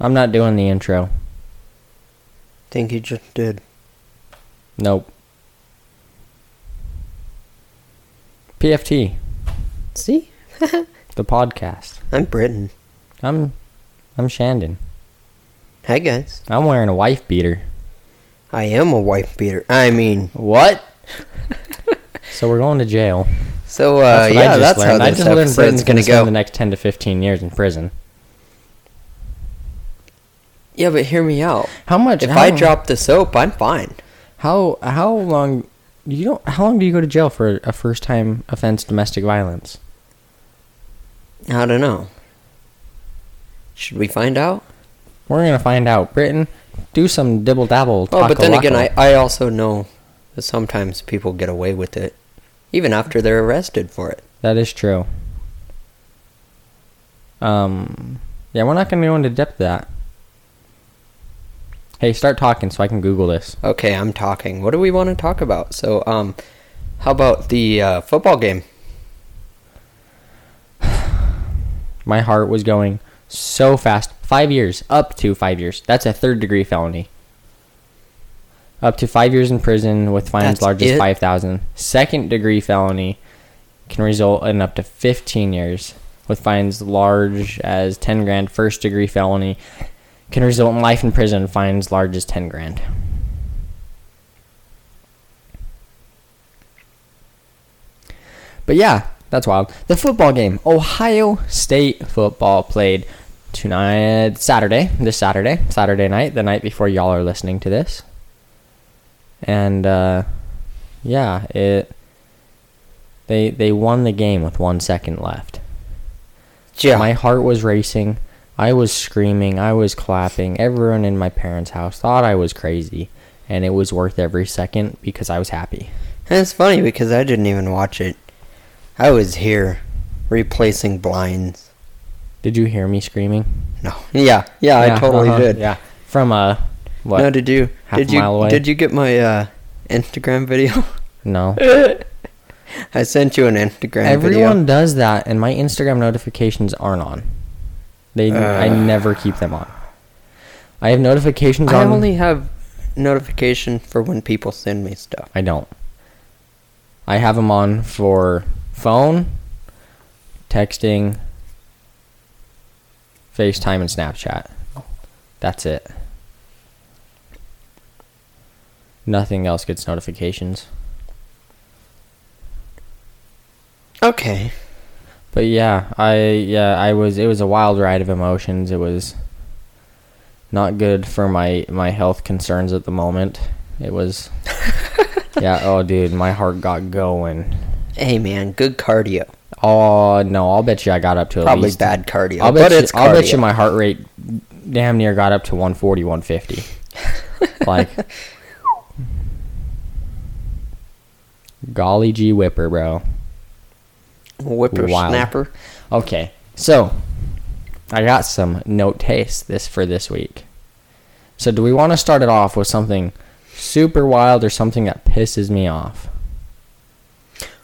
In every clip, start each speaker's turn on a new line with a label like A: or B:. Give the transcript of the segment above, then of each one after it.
A: I'm not doing the intro.
B: Think you just did.
A: Nope. PFT,
B: See?
A: the podcast.
B: I'm Britain.
A: I'm I'm Shandon.
B: Hi guys.
A: I'm wearing a wife beater.
B: I am a wife beater. I mean,
A: What? so we're going to jail.
B: so uh,
A: what
B: yeah, that's how
A: learned. I
B: this
A: just learned Britain's
B: episode's
A: going to
B: gonna
A: spend the
B: go.
A: next 10 to 15 years in prison.
B: Yeah, but hear me out.
A: How much
B: If
A: how,
B: I drop the soap, I'm fine.
A: How how long you don't how long do you go to jail for a first time offense domestic violence?
B: I don't know. Should we find out?
A: We're going to find out. Britain, do some dibble dabble.
B: Oh, but then
A: taco
B: again,
A: loco.
B: I, I also know that sometimes people get away with it, even after they're arrested for it.
A: That is true. Um, yeah, we're not going to go into depth that. Hey, start talking so I can Google this.
B: Okay, I'm talking. What do we want to talk about? So, um, how about the uh, football game?
A: My heart was going so fast. Five years, up to five years. That's a third degree felony. Up to five years in prison with fines
B: That's
A: large as
B: it?
A: five thousand. Second degree felony can result in up to fifteen years with fines large as ten grand. First degree felony can result in life in prison. Fines large as ten grand. But yeah, that's wild. The football game, Ohio State football played tonight, Saturday, this Saturday, Saturday night, the night before y'all are listening to this. And uh, yeah, it they they won the game with one second left.
B: Yeah.
A: My heart was racing. I was screaming. I was clapping. Everyone in my parents' house thought I was crazy, and it was worth every second because I was happy.
B: And it's funny because I didn't even watch it. I was here replacing blinds.
A: Did you hear me screaming?
B: No. Yeah, yeah, I totally
A: uh-huh,
B: did.
A: Yeah, from uh, what?
B: No, did you
A: half
B: did
A: a
B: you
A: mile away?
B: did you get my uh, Instagram video?
A: No.
B: I sent you an Instagram
A: Everyone
B: video.
A: does that, and my Instagram notifications aren't on. They, I
B: Ugh.
A: never keep them on. I have notifications
B: I
A: on.
B: only have notification for when people send me stuff.
A: I don't. I have them on for phone, texting, FaceTime, and Snapchat. That's it. Nothing else gets notifications.
B: Okay.
A: But yeah, I yeah, I was it was a wild ride of emotions. It was not good for my my health concerns at the moment. It was Yeah, oh dude, my heart got going.
B: Hey man, good cardio.
A: Oh no, I'll bet you I got up to at
B: Probably
A: least
B: bad cardio,
A: I'll bet
B: but
A: you,
B: it's cardio.
A: I'll bet you my heart rate damn near got up to 140, 150. like Golly gee whipper, bro. Wow.
B: whippersnapper.
A: Okay, so I got some note taste this for this week. So do we want to start it off with something super wild or something that pisses me off?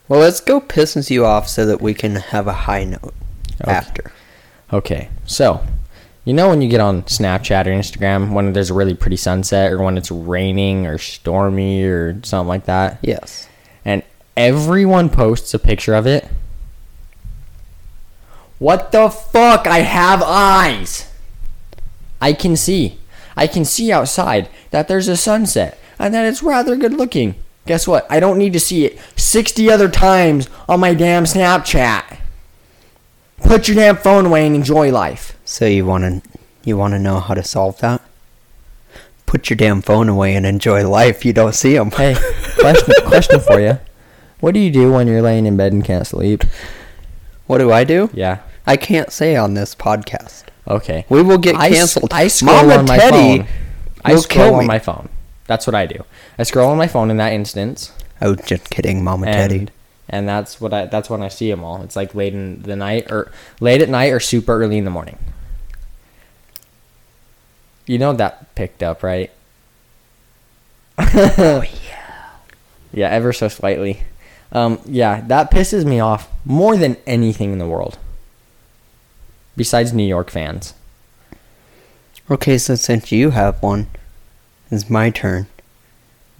B: Well, let's go pisses you off so that we can have a high note
A: Okay.
B: after.
A: Okay, so you know when you get on Snapchat or Instagram when there's a really pretty sunset or when it's raining or stormy or something like that,
B: Yes.
A: and everyone posts a picture of it. What the fuck? I have eyes. I can see. I can see outside that there's a sunset and that it's rather good looking. Guess what? I don't need to see it 60 other times on my damn Snapchat. Put your damn phone away and enjoy life.
B: So you want to you want to know how to solve that? Put your damn phone away and enjoy life. You don't see them.
A: Hey, question, question for you. What do you do when you're laying in bed and can't sleep?
B: What do I do?
A: Yeah.
B: I can't say on this podcast.
A: Okay.
B: We will get
A: I s-
B: canceled.
A: I, scroll
B: Mama
A: on my
B: Teddy
A: phone. I
B: will
A: scroll
B: kill
A: on
B: me.
A: my phone. That's what I do. I scroll on my phone in that instance,
B: I was Oh, just kidding, Mama
A: and
B: Teddy.
A: and that's what I that's when I see them all. It's like late in the night or late at night or super early in the morning. You know that picked up, right? oh yeah. Yeah, ever so slightly. Um, yeah, that pisses me off more than anything in the world. Besides New York fans.
B: Okay, so since you have one, it's my turn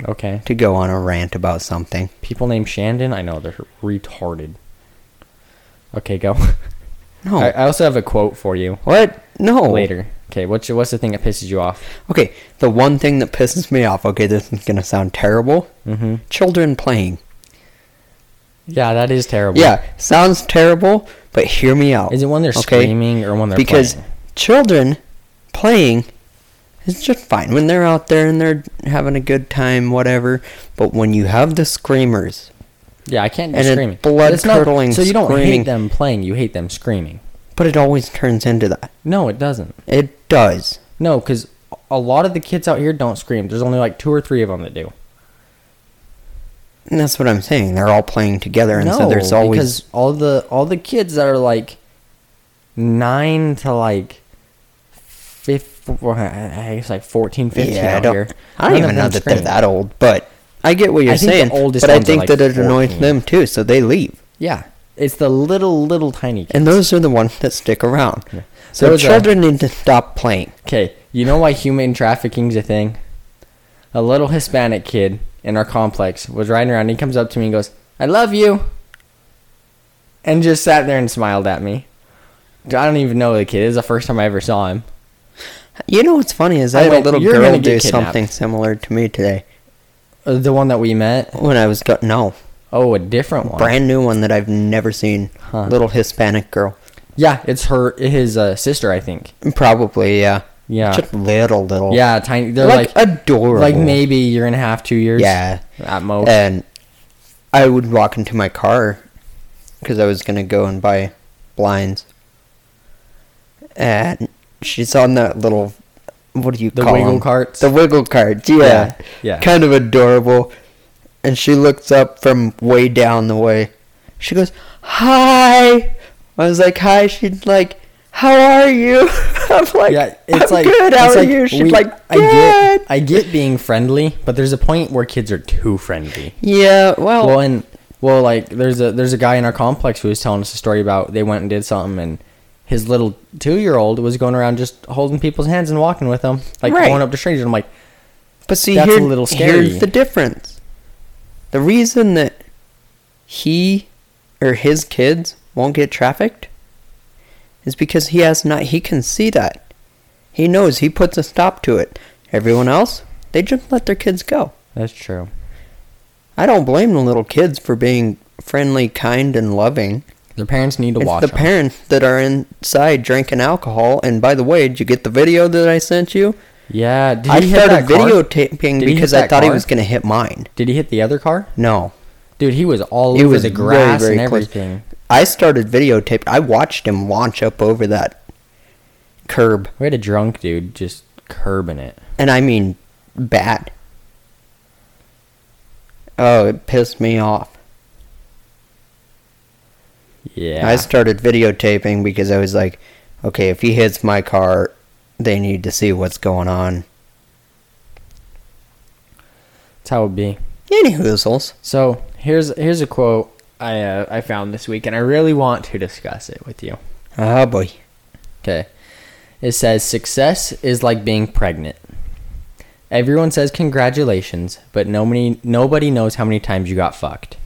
A: Okay.
B: to go on a rant about something.
A: People named Shandon, I know they're retarded. Okay, go.
B: No.
A: I, I also have a quote for you
B: what? No.
A: later. Okay, what's your, what's the thing that pisses you off?
B: Okay, the one thing that pisses me off, okay, this is going to sound terrible.
A: Mm-hmm.
B: Children playing.
A: Yeah, that is terrible.
B: Yeah, sounds terrible, but hear me out.
A: Is it when they're
B: Okay.
A: screaming or when they're
B: because
A: playing?
B: children playing is just fine when they're out there and they're having a good time, whatever. But when you have the screamers,
A: Yeah, I can't do
B: and it's
A: screaming.
B: blood-curdling
A: Not, so you don't hate
B: screaming.
A: them playing, you hate them screaming.
B: but it always turns into that.
A: No, it doesn't.
B: It does.
A: No, because a lot of the kids out here don't scream. There's only like two or three of them that do.
B: And that's what I'm saying. They're all playing together, and
A: no,
B: so there's always.
A: because all the all the kids that are like nine to like fifth, I guess like 14, 15
B: yeah, I
A: out here.
B: don't, I
A: none
B: don't
A: of
B: even know
A: them
B: that
A: scream.
B: they're that old, but I get what you're
A: I think the
B: saying.
A: oldest
B: but I
A: ones are
B: think
A: like
B: that it annoys
A: 14.
B: them too, so they leave.
A: Yeah, it's the little little tiny kids.
B: And those are the ones that stick around.
A: Yeah. There
B: So
A: was a-
B: children need to stop playing.
A: Okay, you know why human trafficking's a thing? A little Hispanic kid in our complex was riding around. And he comes up to me and goes, "I love you," and just sat there and smiled at me. I don't even know the kid. It was the first time I ever saw him.
B: You know what's funny is
A: I
B: I had a
A: went,
B: little
A: "You're gonna
B: girl
A: get
B: do
A: kidnapped."
B: something similar to me today
A: Uh, The one that we met.
B: when I was go- no
A: Oh, a different one.
B: brand new one that I've never seen.
A: Huh.
B: Little Hispanic girl,
A: Yeah, it's her, his uh, sister, I think.
B: probably yeah,
A: Yeah.
B: just little little
A: Yeah, tiny. They're
B: oh. like,
A: like,
B: adorable,
A: like maybe a year and a half, two years.
B: yeah. Eh,
A: at most.
B: And I would walk into my car because I was gonna go and buy blinds, and she's on that little what do you
A: The
B: call
A: wiggle
B: 'em?
A: carts?
B: The wiggle carts, yeah,
A: Yeah, yeah.
B: kind of adorable. And she looks up from way down the way. She goes, "Hi." I was like, "Hi." She's like, "How are you?" I'm like,
A: yeah, it's
B: "I'm
A: like
B: good. How
A: it's
B: are
A: like
B: you?" She's
A: we-
B: like,
A: I
B: "Good."
A: get, I get being friendly, but there's a point where kids are too friendly.
B: yeah, well,
A: Well, and well, like there's a there's a guy in our complex who was telling us a story about they went and did something, and his little two year old was going around just holding people's hands and walking with them, like
B: Right.
A: going up to strangers. And I'm like,
B: But see,
A: That's a
B: here,
A: little scary.
B: here's the difference. The reason that he or his kids won't get trafficked is because he has not. He can see that. He knows. He puts a stop to it. Everyone else, they just let their kids go.
A: that's true.
B: I don't blame the little kids for being friendly, kind, and loving.
A: Their parents need to
B: It's
A: watch
B: the
A: 'em.
B: parents that are inside drinking alcohol. And by the way, did you get the video that I sent you?
A: Yeah, did
B: I
A: he hit
B: started
A: that car?
B: videotaping
A: Did he hit
B: because I
A: that
B: thought he
A: car?
B: was going to hit mine.
A: Did he hit the other car?
B: No,
A: Dude, he was all
B: It
A: over
B: was
A: the
B: very,
A: grass
B: very
A: and
B: close.
A: everything.
B: I started videotaped. I watched him launch up over that curb,
A: We had a drunk dude just curbing it.
B: and I mean bad. Oh, it pissed me off.
A: Yeah.
B: I started videotaping because I was like, okay, if he hits my car, they need to see what's going on.
A: That's how it be.
B: Any hoozles.
A: So here's here's a quote I uh, I found this week, and I really want to discuss it with you.
B: Oh boy.
A: Okay, it says success is like being pregnant. Everyone says congratulations, but nobody nobody knows how many times you got fucked.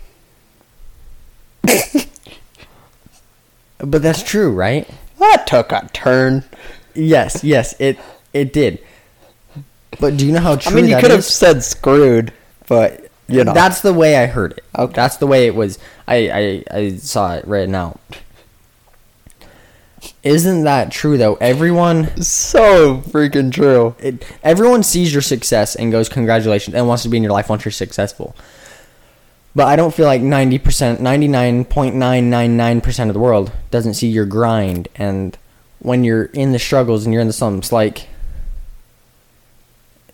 A: but that's true, right?
B: That took a turn.
A: Yes, yes, it it did. But do you know how true
B: I mean, you
A: that
B: could have
A: is?
B: said screwed, but you know.
A: That's the way I heard it.
B: Okay.
A: That's the way it was. I, I, I saw it written out. Isn't that true though? Everyone
B: so freaking true.
A: it, everyone sees your success and goes congratulations and wants to be in your life once you're successful. But I don't feel like 90%, 99.999% of the world doesn't see your grind and when you're in the struggles and you're in the slumps like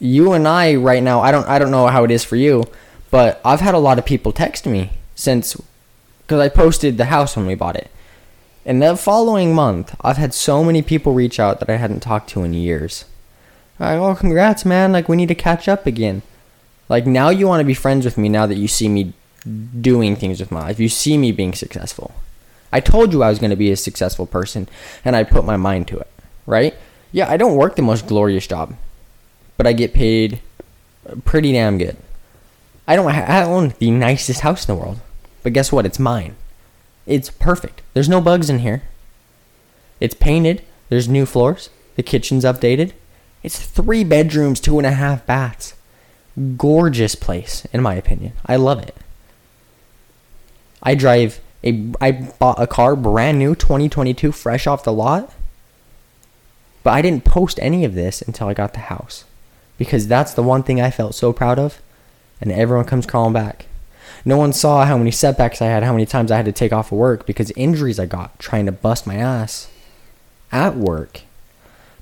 A: you and I right now, I don't I don't know how it is for you, but I've had a lot of people text me since cuz I posted the house when we bought it. And the following month, I've had so many people reach out that I hadn't talked to in years. Like, oh, congrats, man. Like, we need to catch up again. Like, now you want to be friends with me now that you see me doing things with my life. You see me being successful. I told you I was going to be a successful person, and I put my mind to it, right? Yeah, I don't work the most glorious job, but I get paid pretty damn good. I don't. Ha- I own the nicest house in the world, but guess what? It's mine. It's perfect. There's no bugs in here. It's painted. There's new floors. The kitchen's updated. It's three bedrooms, two and a half baths. Gorgeous place, in my opinion. I love it. I drive a. I bought a car brand new, 2022, fresh off the lot. But I didn't post any of this until I got the house, because that's the one thing I felt so proud of, and everyone comes crawling back. No one saw how many setbacks I had, how many times I had to take off of work because injuries I got trying to bust my ass at work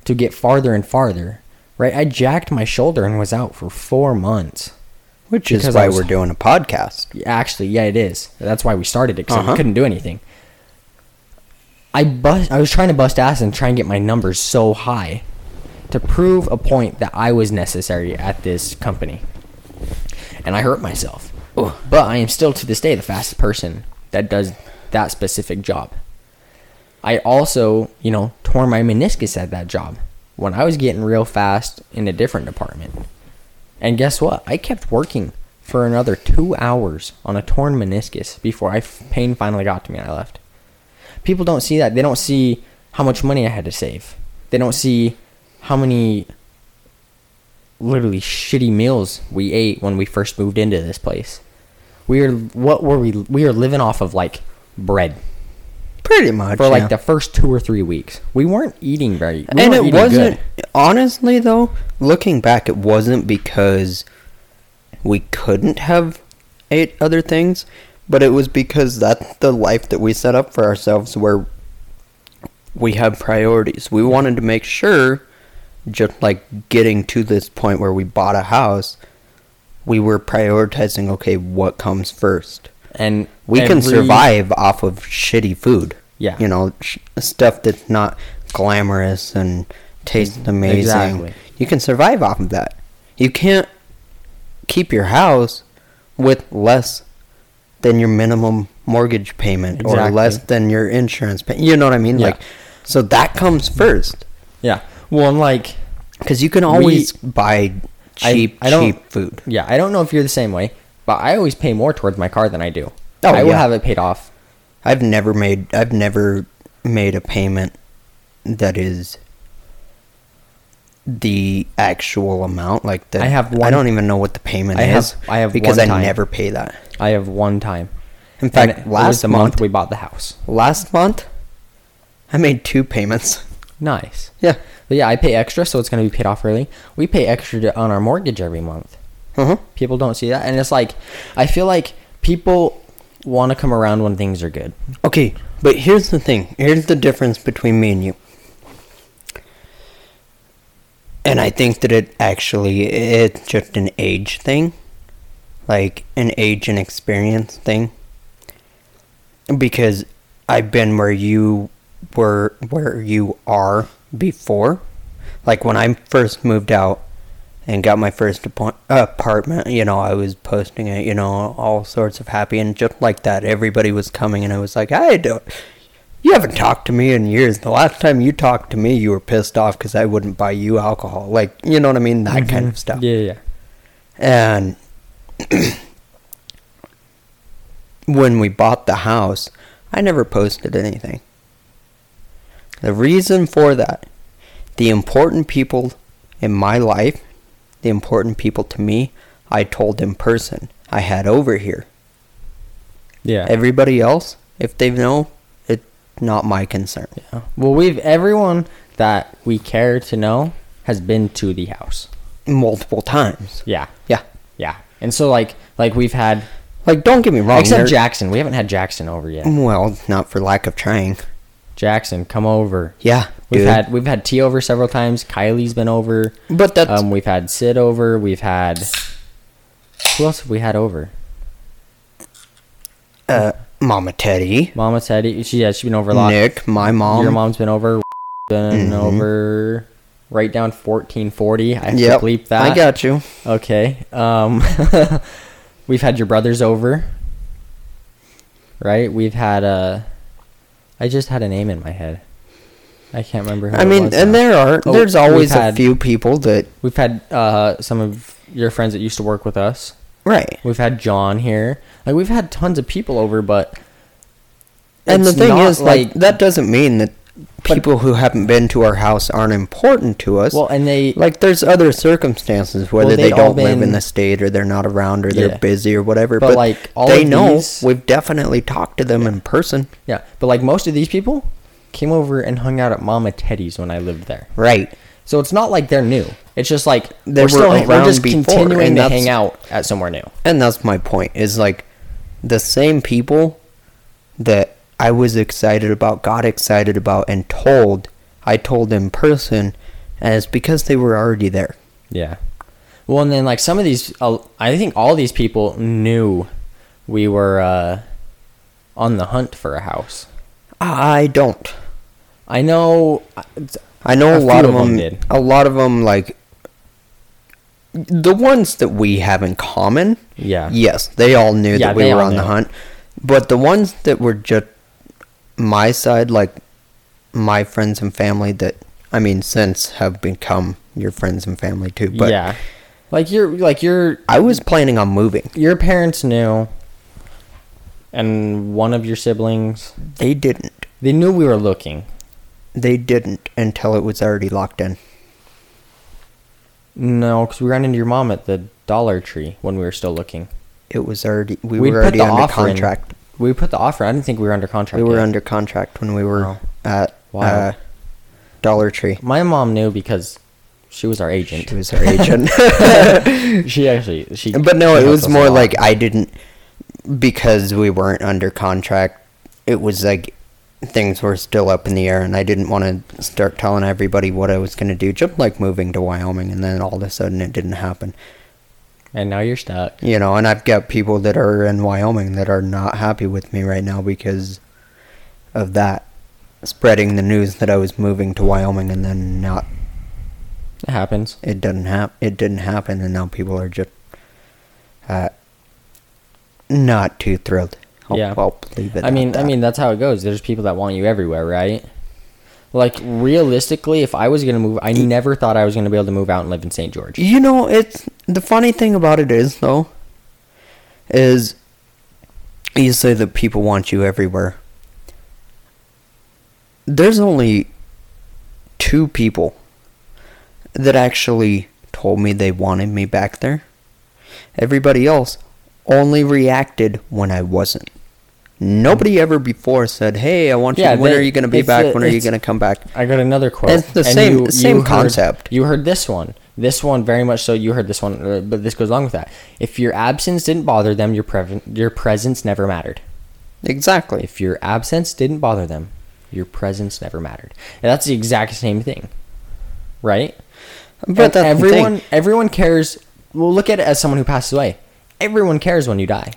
A: to get farther and farther. Right? I jacked my shoulder and was out for four months.
B: Which
A: Because
B: is
A: I
B: why
A: was-
B: we're doing a podcast.
A: Actually, yeah, it is. That's why we started it because
B: Uh-huh.
A: we couldn't do anything. I bust. I was trying to bust ass and try and get my numbers so high to prove a point that I was necessary at this company, and I hurt myself. But I am still to this day the fastest person that does that specific job. I also, you know, tore my meniscus at that job when I was getting real fast in a different department. And guess what? I kept working for another two hours on a torn meniscus before I f- pain finally got to me and I left. People don't see that. They don't see how much money I had to save. They don't see how many literally shitty meals we ate when we first moved into this place. We are what were we? We are living off of like bread
B: Pretty much.
A: for
B: yeah.
A: like the first two or three weeks. We weren't eating very. We
B: and
A: weren't
B: it
A: eating
B: wasn't
A: good.
B: honestly though looking back it wasn't because we couldn't have ate other things but it was because that's the life that we set up for ourselves where we had priorities we wanted to make sure just like getting to this point where we bought a house we were prioritizing okay what comes first
A: and
B: we can
A: every-
B: survive off of shitty food.
A: Yeah.
B: You know, sh- stuff that's not glamorous and tastes amazing.
A: Mm-hmm. Exactly.
B: You can survive off of that. You can't keep your house with less than your minimum mortgage payment or
A: Exactly.
B: less than your insurance payment. You know what I mean?
A: Yeah.
B: Like, so that comes first
A: Yeah. Well, and like
B: because you can always buy
A: I-
B: cheap,
A: I don't-
B: cheap food.
A: Yeah, I don't know if you're the same way, but I always pay more towards my car than I do.
B: Oh,
A: I will
B: yeah.
A: have it paid off.
B: I've never made I've never made a payment that is the actual amount like the
A: I have
B: I
A: one-
B: don't even know what the payment
A: I have-
B: is
A: I have
B: because
A: one
B: I
A: time.
B: never pay that.
A: I have one time.
B: In fact,
A: And it was
B: last
A: the
B: month,
A: month we bought the house.
B: last month I made two payments.
A: Nice.
B: Yeah.
A: But yeah, I pay extra, so it's going to be paid off early. We pay extra to, on our mortgage every month.
B: Uh-huh.
A: People don't see that, and it's like I feel like people want to come around when things are good.
B: Okay, but here's the thing. Here's the difference between me and you. And I think that it actually it's just an age thing. Like an age and experience thing. Because I've been where you were where you are before. Like when I first moved out and got my first appo- apartment, you know, I was posting it, you know, all sorts of happy and just like that. Everybody was coming and I was like, I don't, you haven't talked to me in years. The last time you talked to me, you were pissed off because I wouldn't buy you alcohol. Like, you know what I mean? That kind of stuff.
A: Mm-hmm. Yeah, yeah.
B: And when we bought the house, I never posted anything. The reason for that, the important people in my life, the important people to me, I told in person. I had over here.
A: Yeah.
B: Everybody else, if they know, it's not my concern.
A: Yeah. Well, we've everyone that we care to know has been to the house.
B: Multiple times.
A: Yeah.
B: Yeah.
A: Yeah. And so like like we've had
B: Like, don't get me wrong.
A: except
B: there-
A: Jackson. We haven't had Jackson over yet.
B: Well, not for lack of trying.
A: Jackson, come over.
B: Yeah.
A: We've
B: dude.
A: had we've had T over several times. Kylie's been over.
B: But that's
A: Um, we've had Sid over. We've had who else have we had over?
B: uh, Mama Teddy,
A: Mama Teddy. She yeah, she's been over a lot.
B: Nick, my mom.
A: Your mom's been over. Been
B: Mhm.
A: over. Right down fourteen forty. I have
B: Yep,
A: to bleep that.
B: I got you.
A: Okay. Um, we've had your brothers over, right? We've had Uh, I just had a name in my head. I can't remember. Who
B: I
A: it
B: mean,
A: was
B: and
A: now.
B: there are
A: Oh,
B: there's always
A: we've
B: a
A: had-
B: few people that
A: we've had uh, some of your friends that used to work with us.
B: right.
A: We've had John here. Like we've had tons of people over, but
B: And the
A: it's
B: thing
A: not
B: is, like that doesn't mean that people who haven't been to our house aren't important to us.
A: well, and they
B: like there's other circumstances whether
A: Well,
B: they
A: they'd all
B: don't live in
A: been-
B: the state or they're not around or
A: Yeah.
B: they're busy or whatever.
A: But,
B: But,
A: like, all
B: they
A: of
B: know
A: these-
B: we've definitely talked to them in person.
A: yeah, but like most of these people came over and hung out at Mama Teddy's when I lived there.
B: Right.
A: So it's not like they're new. It's just like
B: They
A: we're still
B: were
A: we're
B: around
A: just
B: before,
A: continuing
B: and
A: to
B: that's-
A: hang out at somewhere new.
B: And that's my point is like the same people that I was excited about, got excited about, and told, I told in person, and it's because they were already there.
A: Yeah. Well, and then like some of these, uh, I think all these people knew we were uh, on the hunt for a house.
B: I don't.
A: I know. uh,
B: I know
A: A
B: a, lot
A: few
B: of
A: of 'em
B: them.
A: did.
B: A lot of them, like the ones that we have in common.
A: Yeah.
B: Yes, they all knew
A: Yeah,
B: that we
A: they
B: were
A: all
B: on the
A: knew.
B: hunt, but the ones that were just my side, like my friends and family, that I mean, since have become your friends and family too. But
A: yeah. Like you're like you're
B: I was planning on moving.
A: your parents knew and one of your siblings
B: They didn't.
A: they knew we were looking
B: They didn't until it was already locked in.
A: no because we ran into your mom at the dollar tree when we were still looking
B: It was already. We
A: We'd
B: were
A: put
B: already
A: the
B: under
A: offer in.
B: contract.
A: we put the offer i didn't think we were under contract
B: We were
A: yet.
B: under contract when we were
A: Wow.
B: at uh,
A: Wild.
B: Dollar Tree.
A: my mom knew because she was our agent
B: She was our agent.
A: she actually she
B: but no,
A: she
B: it
A: helped
B: was
A: us a
B: more
A: lot.
B: like I didn't because we weren't under contract. It was like things were still up in the air, and I didn't want to start telling everybody what I was going to do, just like moving to Wyoming, and then all of a sudden it didn't happen.
A: and now you're stuck
B: You know, and I've got people that are in Wyoming that are not happy with me right now because of that spreading the news that I was moving to Wyoming and then not
A: it happens
B: it doesn't hap- it didn't happen and now people are just uh, not too thrilled I'll,
A: Yeah.
B: I'll leave it
A: I
B: at
A: mean, I
B: that.
A: mean, that's how it goes. There's people that want you everywhere, right? Like realistically, if I was gonna move, I never thought I was gonna be able to move out and live in St. George.
B: you know it's the funny thing about it is though is you say that people want you everywhere there's only two people that actually told me they wanted me back there everybody else only reacted when i wasn't nobody ever before said hey i want
A: Yeah,
B: you when
A: they-
B: are you going to be
A: it's
B: back
A: the-
B: when are you
A: it's-
B: going to come back
A: I got another quote.
B: It's the same- same
A: heard-
B: concept.
A: You heard this one. This one very much so. You heard this one, uh, but this goes along with that. If your absence didn't bother them, your prev- your presence never mattered.
B: exactly
A: If your absence didn't bother them, your presence never mattered. And that's the exact same thing, right?
B: but
A: But
B: that's the thing.
A: everyone, everyone cares. Well, look at it as someone who passes away. Everyone cares when you die.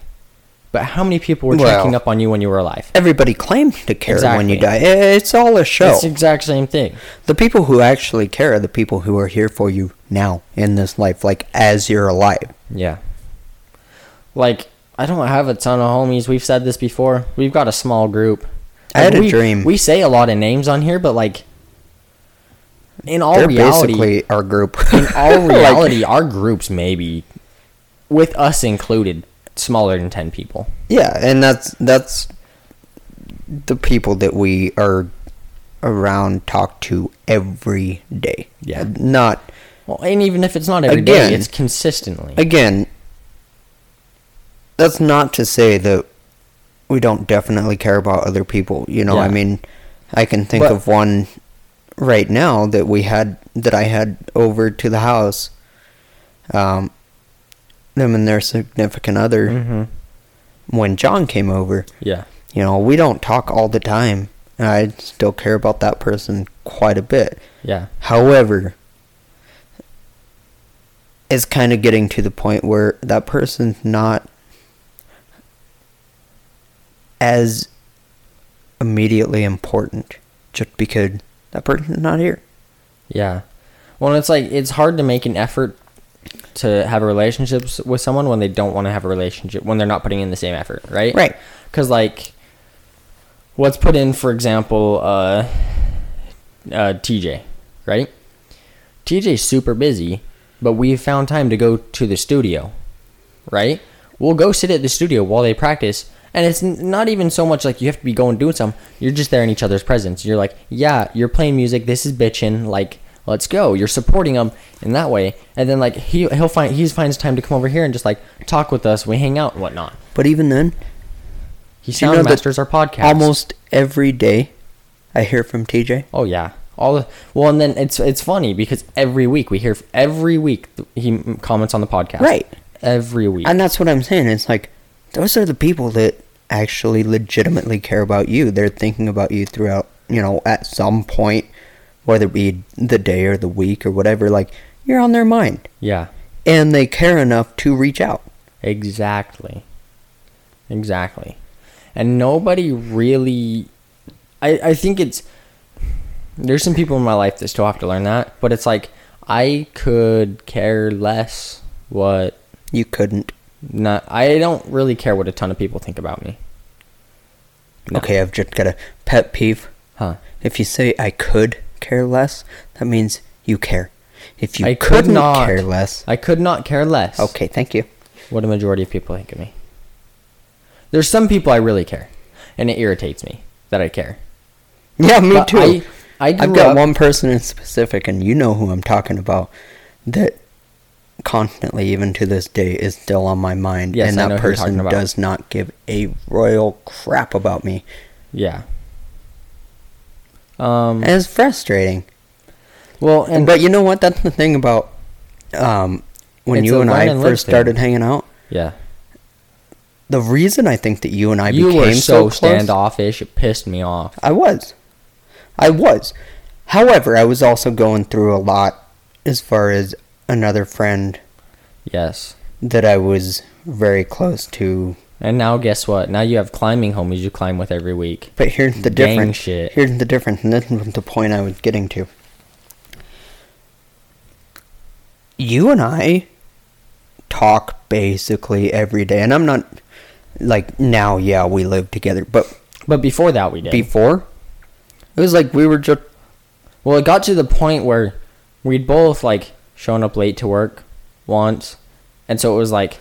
A: But how many people were
B: Well,
A: checking up on you when you were alive?
B: everybody claims to care when you
A: Exactly.
B: die. I- It's all a show.
A: It's the exact same thing.
B: the people who actually care are the people who are here for you now in this life, like as you're alive.
A: Yeah. Like I don't have a ton of homies. We've said this before. We've got a small group.
B: I had
A: Like,
B: a
A: we-
B: dream.
A: We say a lot of names on here, but like in all
B: They're
A: reality,
B: basically our group.
A: in all
B: Like,
A: reality, our groups maybe, with us included, smaller than ten people.
B: yeah, and that's that's the people that we are around talk to every day.
A: Yeah.
B: Not
A: Well, and even if it's not every day,
B: Again.
A: it's consistently.
B: again, that's not to say that we don't definitely care about other people. You know, I
A: Yeah.
B: mean, I can think
A: But-
B: of one right now that we had that I had over to the house. Um, them and their significant other.
A: hmm
B: When John came over,
A: Yeah.
B: you know, we don't talk all the time. and I still care about that person quite a bit.
A: Yeah.
B: However, it's kind of getting to the point where that person's not as immediately important just because that person's not here.
A: Yeah. Well, it's like it's hard to make an effort to have a relationship s- with someone when they don't want to have a relationship when they're not putting in the same effort, right?
B: Right.
A: Because like, what's put in, for example, uh, uh, TJ, right? TJ's super busy, but we found time to go to the studio, right? We'll go sit at the studio while they practice, and it's n- not even so much like you have to be going doing something. You're just there in each other's presence. You're like, yeah, you're playing music. This is bitchin'. Like, let's go. You're supporting him in that way, and then like he he'll find he finds time to come over here and just like talk with us. We hang out and whatnot.
B: But even then,
A: He
B: Do you know
A: sound
B: that
A: masters our podcast
B: almost every day, I hear from TJ.
A: Oh yeah, all the well, and then it's it's funny because every week we hear every week th- he m- comments on the podcast.
B: Right.
A: Every week.
B: And that's what I'm saying. It's like those are the people that actually legitimately care about you. They're thinking about you throughout, you know, at some point, whether it be the day or the week or whatever, like you're on their mind.
A: yeah.
B: And they care enough to reach out.
A: Exactly. Exactly. And nobody really I I think it's there's some people in my life that still have to learn that, but it's like I could care less what
B: You couldn't.
A: not I don't really care what a ton of people think about me. No.
B: Okay, I've just got a pet peeve.
A: Huh.
B: If you say I could care less, that means you care. If you
A: I could
B: couldn't
A: not.
B: care less,
A: I could not care less.
B: okay, thank you.
A: what a majority of people think of me. There's some people I really care, and it irritates me that I care.
B: Yeah, me
A: But
B: too.
A: I, I
B: I've
A: grew
B: got
A: up-
B: one person in specific, and you know who I'm talking about, that constantly, even to this day, is still on my mind.
A: Yes,
B: and
A: I
B: that
A: know who you're talking
B: person
A: about.
B: does not give a royal crap about me.
A: Yeah. Um.
B: And it's frustrating.
A: well, and
B: but you know what? That's the thing about um, when
A: It's
B: you
A: a
B: and I
A: learn and live
B: first
A: thing.
B: started hanging out.
A: yeah,
B: The reason I think that you and I
A: you
B: became
A: were so,
B: close,
A: standoffish. It pissed me off.
B: I was. I was. However, I was also going through a lot as far as another friend
A: Yes.
B: that I was very close to.
A: And now guess what? Now you have climbing homies you climb with every week.
B: But here's the
A: Gang
B: difference.
A: shit.
B: Here's the difference, and this is the point I was getting to. You and I talk basically every day, and I'm not like now. Yeah, we live together, but
A: But before that, we did.
B: before it was like we were just
A: Well, it got to the point where we'd both like shown up late to work once, and so it was like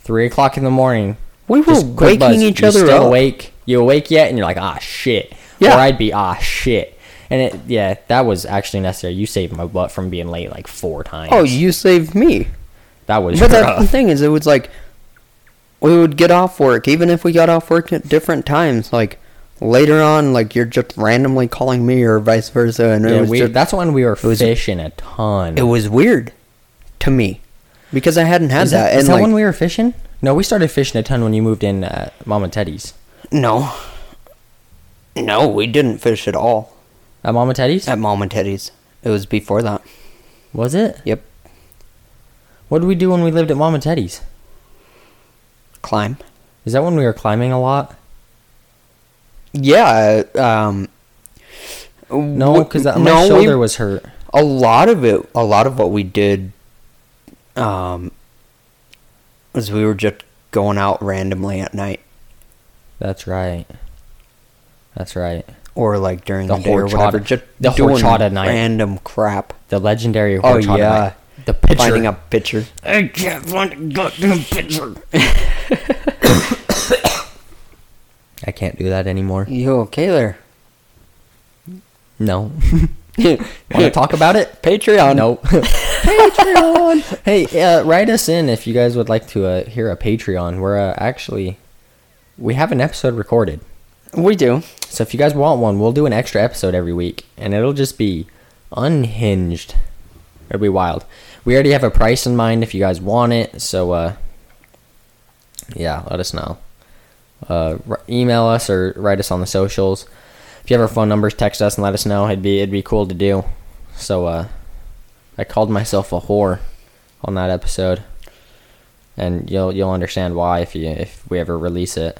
A: three o'clock in the morning.
B: We were
A: Just quick
B: waking each
A: You're
B: other
A: still
B: up.
A: Awake? You awake yet? And you're like, ah, shit.
B: Yeah.
A: Or I'd be ah, shit. And it, yeah, that was actually necessary. You saved my butt from being late like four times.
B: oh, you saved me.
A: that was
B: But that's the
A: rough.
B: thing is, it was like we would get off work, even if we got off work at different times. Like later on, like you're just randomly calling me or vice versa, and it
A: Yeah,
B: was
A: we,
B: just,
A: that's when we were
B: was-
A: fishing a ton.
B: it was weird to me because I hadn't had
A: is that,
B: that.
A: is
B: and
A: that
B: like,
A: when we were fishing? No, we started fishing a ton when you moved in, uh, Mama Teddy's.
B: no, no, we didn't fish at all
A: At Mama Teddy's?
B: at Mom and Teddy's. It was before that.
A: was it?
B: Yep,
A: What did we do when we lived at Mama Teddy's?
B: climb.
A: Is that when we were climbing a lot?
B: Yeah. Um,
A: No,
B: w-
A: because my
B: no, we-
A: shoulder was hurt.
B: a lot of it a lot of what we did um was we were just going out randomly at night
A: That's right. That's right.
B: or like during the,
A: The
B: day or whatever
A: horchata-
B: just
A: the
B: doing
A: horchata night.
B: random crap
A: The legendary
B: Oh,
A: horchata
B: yeah.
A: night. The pitcher.
B: finding a pitcher
A: I can't find a goddamn pitcher. I can't do that anymore.
B: you okay there
A: No. Want to talk about it?
B: patreon
A: No. Patreon. hey, uh, write us in if you guys would like to uh, hear a Patreon. We're uh, actually we have an episode recorded,
B: we do
A: so if you guys want one, we'll do an extra episode every week, and it'll just be unhinged. It'll be wild. We already have a price in mind if you guys want it. So, uh, yeah, let us know. Uh, r- email us or write us on the socials. If you have our phone numbers, text us and let us know. It'd be it'd be cool to do. So, uh, I called myself a whore on that episode, and you'll you'll understand why if you if we ever release it.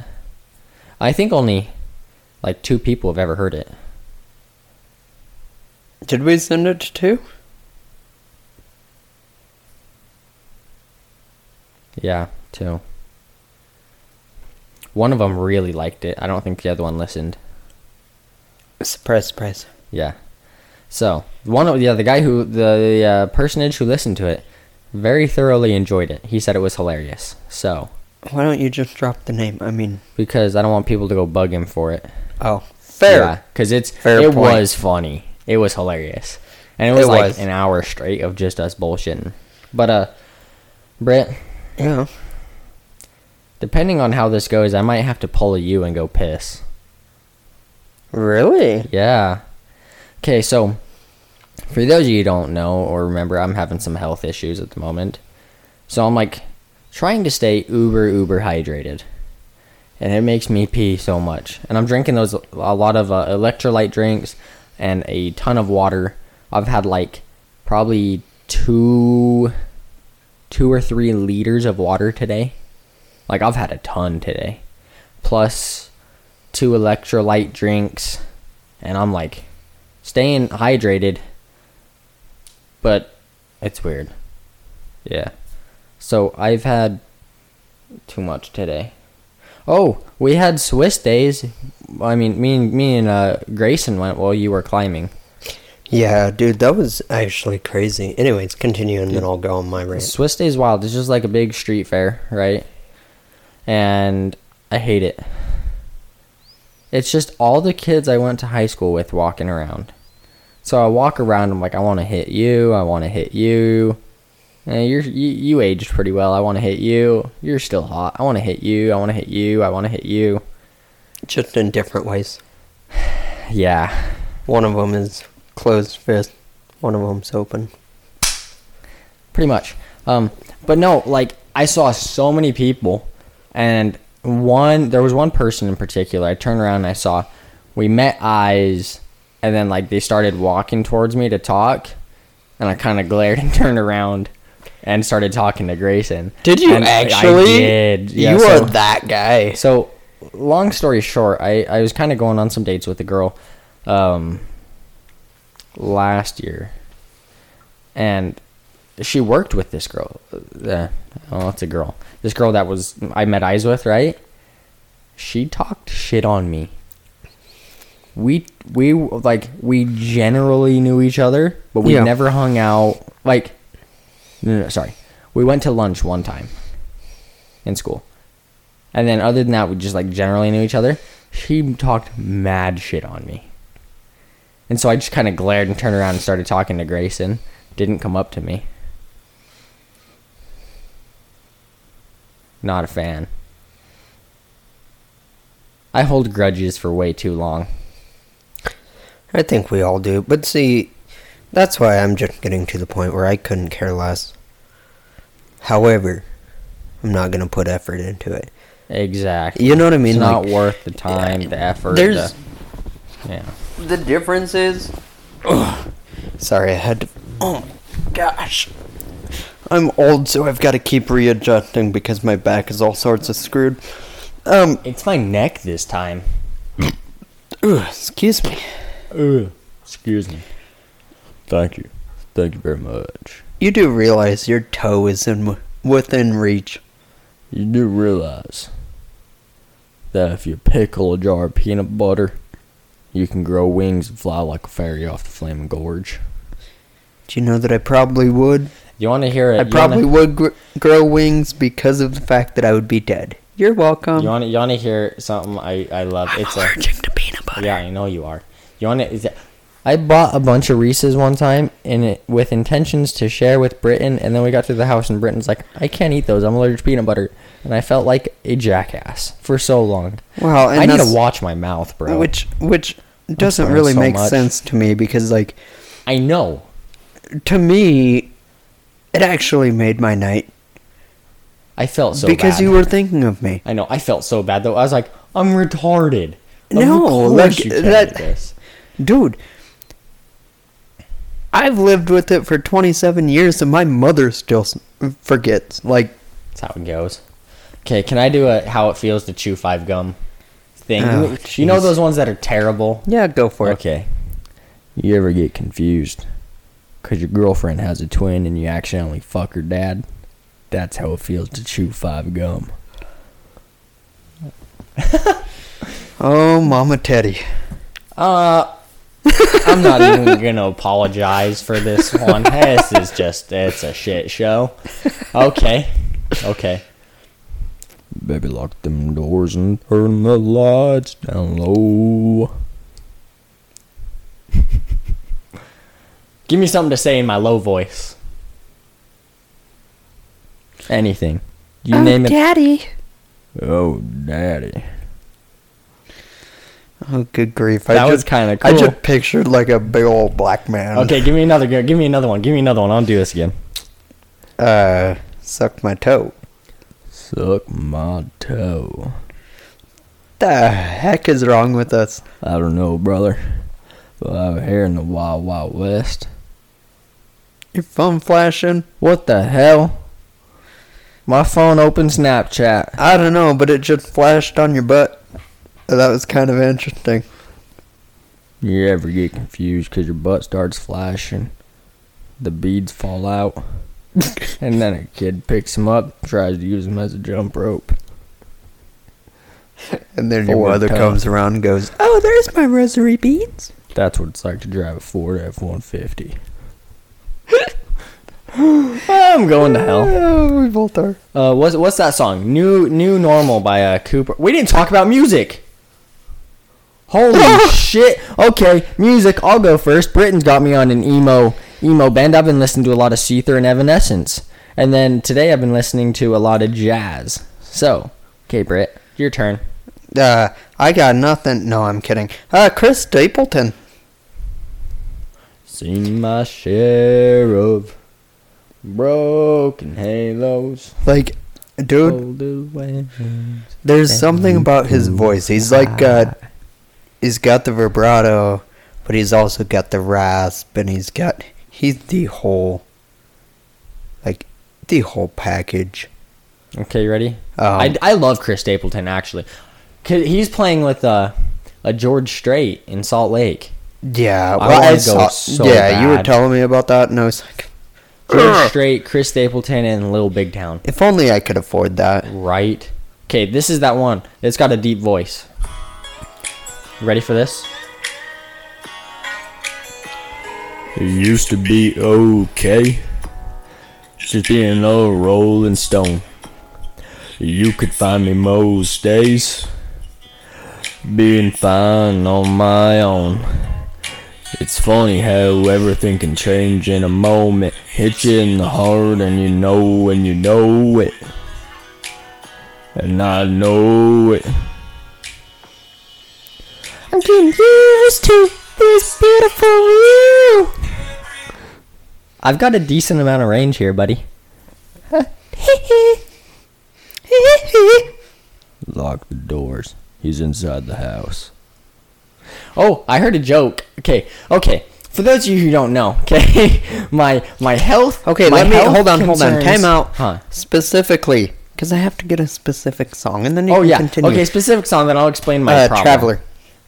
A: I think only like two people have ever heard it.
B: did we send it to two?
A: Yeah, two. One of them really liked it. I don't think the other one listened.
B: surprise surprise
A: Yeah. So one of yeah, the guy who the uh, personage who listened to it very thoroughly enjoyed it. He said it was hilarious. So
B: Why don't you just drop the name? I mean,
A: because I don't want people to go bug him for it.
B: oh, fair.
A: because it's
B: Fair
A: it
B: point.
A: was funny. It was hilarious, and it
B: It
A: was like
B: was.
A: an hour straight of just us bullshitting. But uh, Britt,
B: Yeah.
A: depending on how this goes, I might have to pull a you and go piss.
B: Really?
A: Yeah. Okay, so for those of you who don't know or remember, I'm having some health issues at the moment. So I'm like trying to stay uber, uber hydrated. And it makes me pee so much. And I'm drinking those a lot of uh, electrolyte drinks and a ton of water. I've had like probably two, two or three liters of water today. Like I've had a ton today, plus two electrolyte drinks, and I'm like staying hydrated. But it's weird. Yeah. So I've had too much today. Oh, we had Swiss days. I mean, me and me and uh, Grayson went while you were climbing.
B: Yeah, dude, that was actually crazy. Anyways, continue and then I'll go on my rant.
A: Swiss Days Wild is just like a big street fair, right? And I hate it. It's just all the kids I went to high school with walking around. So I walk around. I'm like, I want to hit you. I want to hit you. Eh, you're, you you aged pretty well. I want to hit you. You're still hot. I want to hit you. I want to hit you. I want to hit you.
B: Just in different ways.
A: Yeah.
B: One of them is closed fist, one of them's open.
A: pretty much. Um, but no, like I saw so many people, and one there was one person in particular. I turned around and I saw we met eyes, and then like they started walking towards me to talk, and I kind of glared and turned around and started talking to Grayson.
B: Did you
A: And Um, I
B: actually?
A: did. Yeah,
B: you
A: so-
B: are that guy.
A: so, long story short, I, I was kind of going on some dates with a girl um, last year. And she worked with this girl. Uh, oh, it's a girl. This girl that was I met eyes with, right? She talked shit on me. We we like we generally knew each other, but we
B: Yeah.
A: never hung out. Like, no, no, sorry, we went to lunch one time in school. And then other than that, we just like generally knew each other. She talked mad shit on me. And so I just kind of glared and turned around and started talking to Grayson. Didn't come up to me. Not a fan. I hold grudges for way too long.
B: I think we all do. But see, that's why I'm just getting to the point where I couldn't care less. However, I'm not going to put effort into it.
A: Exactly.
B: You know what I
A: It's
B: mean?
A: not
B: Like,
A: worth the time, the effort.
B: There's
A: the- yeah.
B: the difference is. sorry, I had to. Oh gosh, I'm old, so I've got to keep readjusting because my back is all sorts of screwed. Um,
A: It's my neck this time.
B: ugh, excuse me.
A: excuse me. Thank you. Thank you very much.
B: You do realize your toe is in within reach.
A: You do realize that if you pickle a jar of peanut butter, you can grow wings and fly like a fairy off the flaming gorge.
B: Do you know that I probably would?
A: You want to hear it?
B: I probably would gr- grow wings because of the fact that I would be dead. You're welcome.
A: You want to you want to hear something I I love? it's a
B: to peanut butter.
A: yeah, I know you are. You want to? I bought a bunch of Reese's one time in it with intentions to share with Britain, and then we got to the house and Britain's like, I can't eat those. I'm allergic to peanut butter, and I felt like a jackass for so long.
B: Well, and
A: I need
B: that's-
A: to watch my mouth, bro.
B: Which which doesn't
A: sorry
B: really
A: so
B: make
A: much.
B: sense to me because like
A: I know.
B: to me it actually made my night
A: I felt so
B: because
A: bad.
B: you were thinking of me.
A: I know. I felt so bad though. I was like, I'm retarded. Of
B: No,
A: course
B: like,
A: you can't
B: that-
A: eat this.
B: Dude, I've lived with it for 27 years and my mother still s- forgets. Like
A: That's how it goes. Okay, can I do a how it feels to chew five gum thing?
B: Oh,
A: you you know
B: jeez.
A: those ones that are terrible.
B: yeah, go for it.
A: Okay. You ever get confused because your girlfriend has a twin and you accidentally fuck her dad? That's how it feels to chew five gum.
B: Oh, Mama Teddy.
A: Uh, I'm not even gonna apologize for this one. this is just it's a shit show. Okay. Okay. Baby lock them doors and turn the lights down low. Give me something to say in my low voice. Anything. You name it.
B: daddy.
A: Oh, daddy.
B: Oh, good grief!
A: That
B: I
A: was
B: just,
A: kinda
B: I
A: cool.
B: just pictured like a big old black man.
A: Okay, give me another. Give me another one. Give me another one. I'll do this again.
B: Uh, suck my toe.
A: Suck my toe.
B: The heck is wrong with us?
A: I don't know, brother. But out here in the wild, wild west.
B: Your phone flashing?
A: What the hell? My phone opened Snapchat.
B: I don't know, but it just flashed on your butt. That was kind of interesting.
A: You ever get confused 'cause your butt starts flashing? The beads fall out. and then a kid picks them up, tries to use them as a jump rope.
B: And then your
A: Forward
B: mother
A: toe.
B: comes around and goes, "Oh, there's my rosary beads."
A: That's what it's like to drive a Ford F 150. I'm going to hell.
B: Oh, we both are.
A: Uh, what's what's that song? New New Normal by uh, Cooper. We didn't talk about music. Holy shit! Okay, music. I'll go first. Britain's got me on an emo emo band. I've been listening to a lot of Seether and Evanescence, and then today I've been listening to a lot of jazz. So, okay, Brit, your turn.
B: Uh, I got nothing. No, I'm kidding. Uh, Chris Stapleton.
A: Seen my share of broken halos.
B: Like, dude,
A: Oh,
B: there's something about his voice. He's like, uh, he's got the vibrato, but he's also got the rasp, and he's got, he's the whole, like, the whole package.
A: Okay, you ready?
B: Um,
A: I, I love Chris Stapleton actually. 'Cause He's playing with uh, a George Strait in Salt Lake.
B: Yeah,
A: I
B: well, I,
A: wanna go
B: saw.
A: so
B: yeah, you were
A: bad.
B: telling me about that, and I was like,
A: George Strait, Chris Stapleton, and Lil Big Town.
B: if only I could afford that.
A: Right? Okay, this is that one. It's got a deep voice. Ready for this? It used to be okay. Just being a rolling stone. You could find me most days. Being fine on my own. It's funny how everything can change in a moment. Hit you in the heart and you know and you know it. And I know it. I'm getting used to this beautiful view. I've got a decent amount of range here, buddy. Lock the doors. He's inside the house. Oh, I heard a joke. Okay, okay. For those of you who don't know, okay, my my health.
B: Okay,
A: my
B: let me
A: health
B: hold on, hold on.
A: concerns-
B: Time out.
A: Huh.
B: Specifically, because I have to get a specific song, and then you
A: Oh
B: can
A: yeah.
B: continue.
A: Okay, specific song. Then I'll explain my
B: uh,
A: problem.
B: traveler.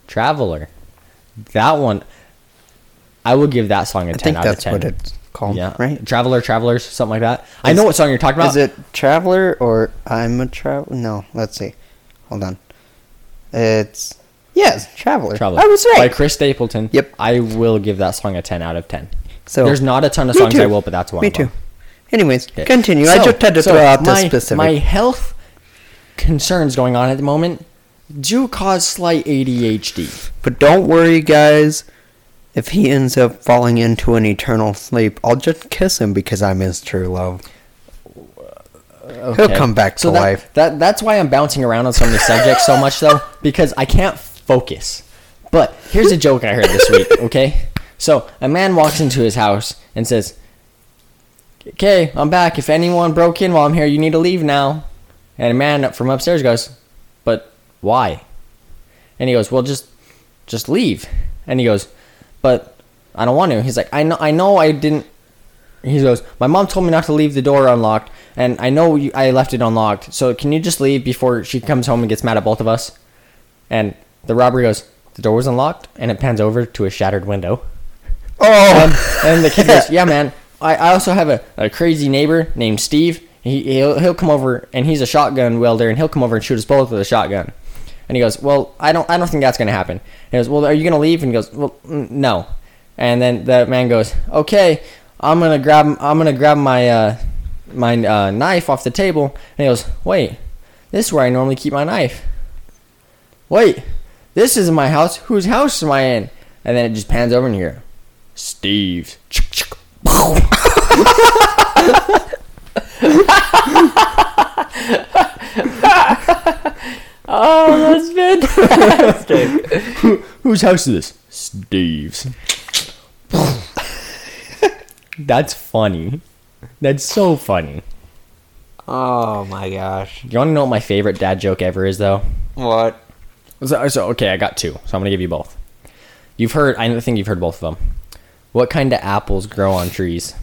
A: Traveler. That one, I will give that song a
B: I
A: 10
B: think
A: out
B: that's
A: of 10.
B: what it's called,
A: yeah.
B: right?
A: Traveler, Travelers, something like that. I know what song you're talking about.
B: Is it traveler or I'm a traveler? No, let's see. Hold on. It's yes, traveler.
A: Traveler.
B: I was
A: By
B: right.
A: Chris Stapleton.
B: Yep.
A: I will give that song a 10 out of 10.
B: So
A: There's not a ton of
B: Me
A: songs I
B: too.
A: will, but that's one
B: me
A: of them.
B: too. Anyways,
A: Okay.
B: continue. I
A: So-
B: just had to
A: so
B: throw out the
A: my-
B: specific.
A: My health concerns going on at the moment do cause slight ADHD.
B: But don't worry, guys. If he ends up falling into an eternal sleep, I'll just kiss him because I'm his true love. He'll
A: Uh, Okay.
B: come back
A: so
B: to
A: that,
B: life.
A: That that's why I'm bouncing around on some of the subjects so much though, because I can't focus. But here's a joke I heard this week, okay? So a man walks into his house and says, Okay, I'm back. If anyone broke in while I'm here, you need to leave now. And a man up from upstairs goes, But why? And he goes, Well just just leave. And he goes, But I don't want to. He's like, I know I know I didn't he goes, "My mom told me not to leave the door unlocked, and I know you, I left it unlocked. So can you just leave before she comes home and gets mad at both of us?" And the robber goes, "The door was unlocked," and it pans over to a shattered window.
B: Oh,
A: Um, and the kid goes, "Yeah, man. I, I also have a, a crazy neighbor named Steve. He he'll, he'll come over and he's a shotgun welder, and he'll come over and shoot us both with a shotgun." And he goes, "Well, I don't, I don't think that's going to happen." And he goes, "Well, are you going to leave?" And he goes, "Well, mm, no." And then the man goes, "Okay, I'm gonna grab, I'm gonna grab my, uh, my uh, knife off the table." And he goes, "Wait, this is where I normally keep my knife. Wait, this is my house. Whose house am I in?" And then it just pans over in here. Steve's.
B: Oh, that's fantastic.
A: Whose house is this? Steve's. That's funny. That's so funny.
B: oh my gosh.
A: You want to know what my favorite dad joke ever is, though?
B: What?
A: So, so, okay, I got two. So I'm gonna give you both. You've heard. I think you've heard both of them. What kind of apples grow on trees?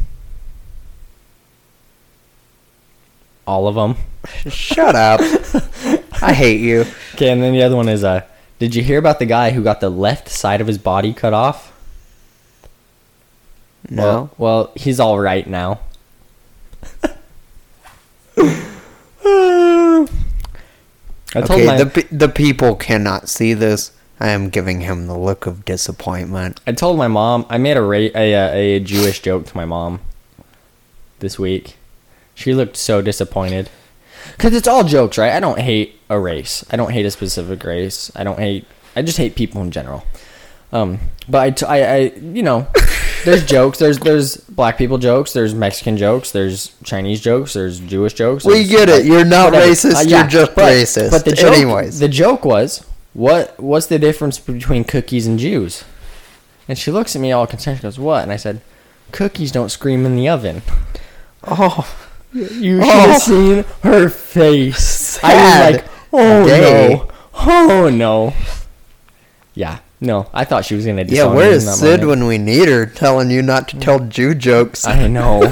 A: All of them.
B: Shut up. I hate you.
A: Okay, and then the other one is uh, did you hear about the guy who got the left side of his body cut off?
B: No.
A: Well, well, he's all right now. I told
B: okay,
A: my
B: the pe- the people cannot see this. I am giving him the look of disappointment.
A: I told my mom I made a ra- a, uh, a Jewish joke to my mom this week. She looked so disappointed. Cause it's all jokes, right? I don't hate a race. I don't hate a specific race. I don't hate. I just hate people in general. Um, but I, t- I, I, you know, there's jokes. There's there's black people jokes. There's Mexican jokes. There's Chinese jokes. There's Jewish jokes.
B: We
A: there's-
B: get it. You're not
A: whatever.
B: racist.
A: Uh, yeah,
B: You're just
A: but-
B: racist.
A: But the joke,
B: anyways,
A: the joke was, what what's the difference between cookies and Jews? And she looks at me all concerned. She goes, "What?" And I said, "Cookies don't scream in the oven."
B: oh,
A: You should have
B: Oh.
A: seen her face. I was
B: Sad
A: like, "Oh
B: day."
A: no, oh no." Yeah, no. I thought she was gonna.
B: yeah.
A: disown
B: Where
A: me in
B: is
A: that
B: Sid
A: moment.
B: when we need her? Telling you not to tell Jew jokes.
A: I know.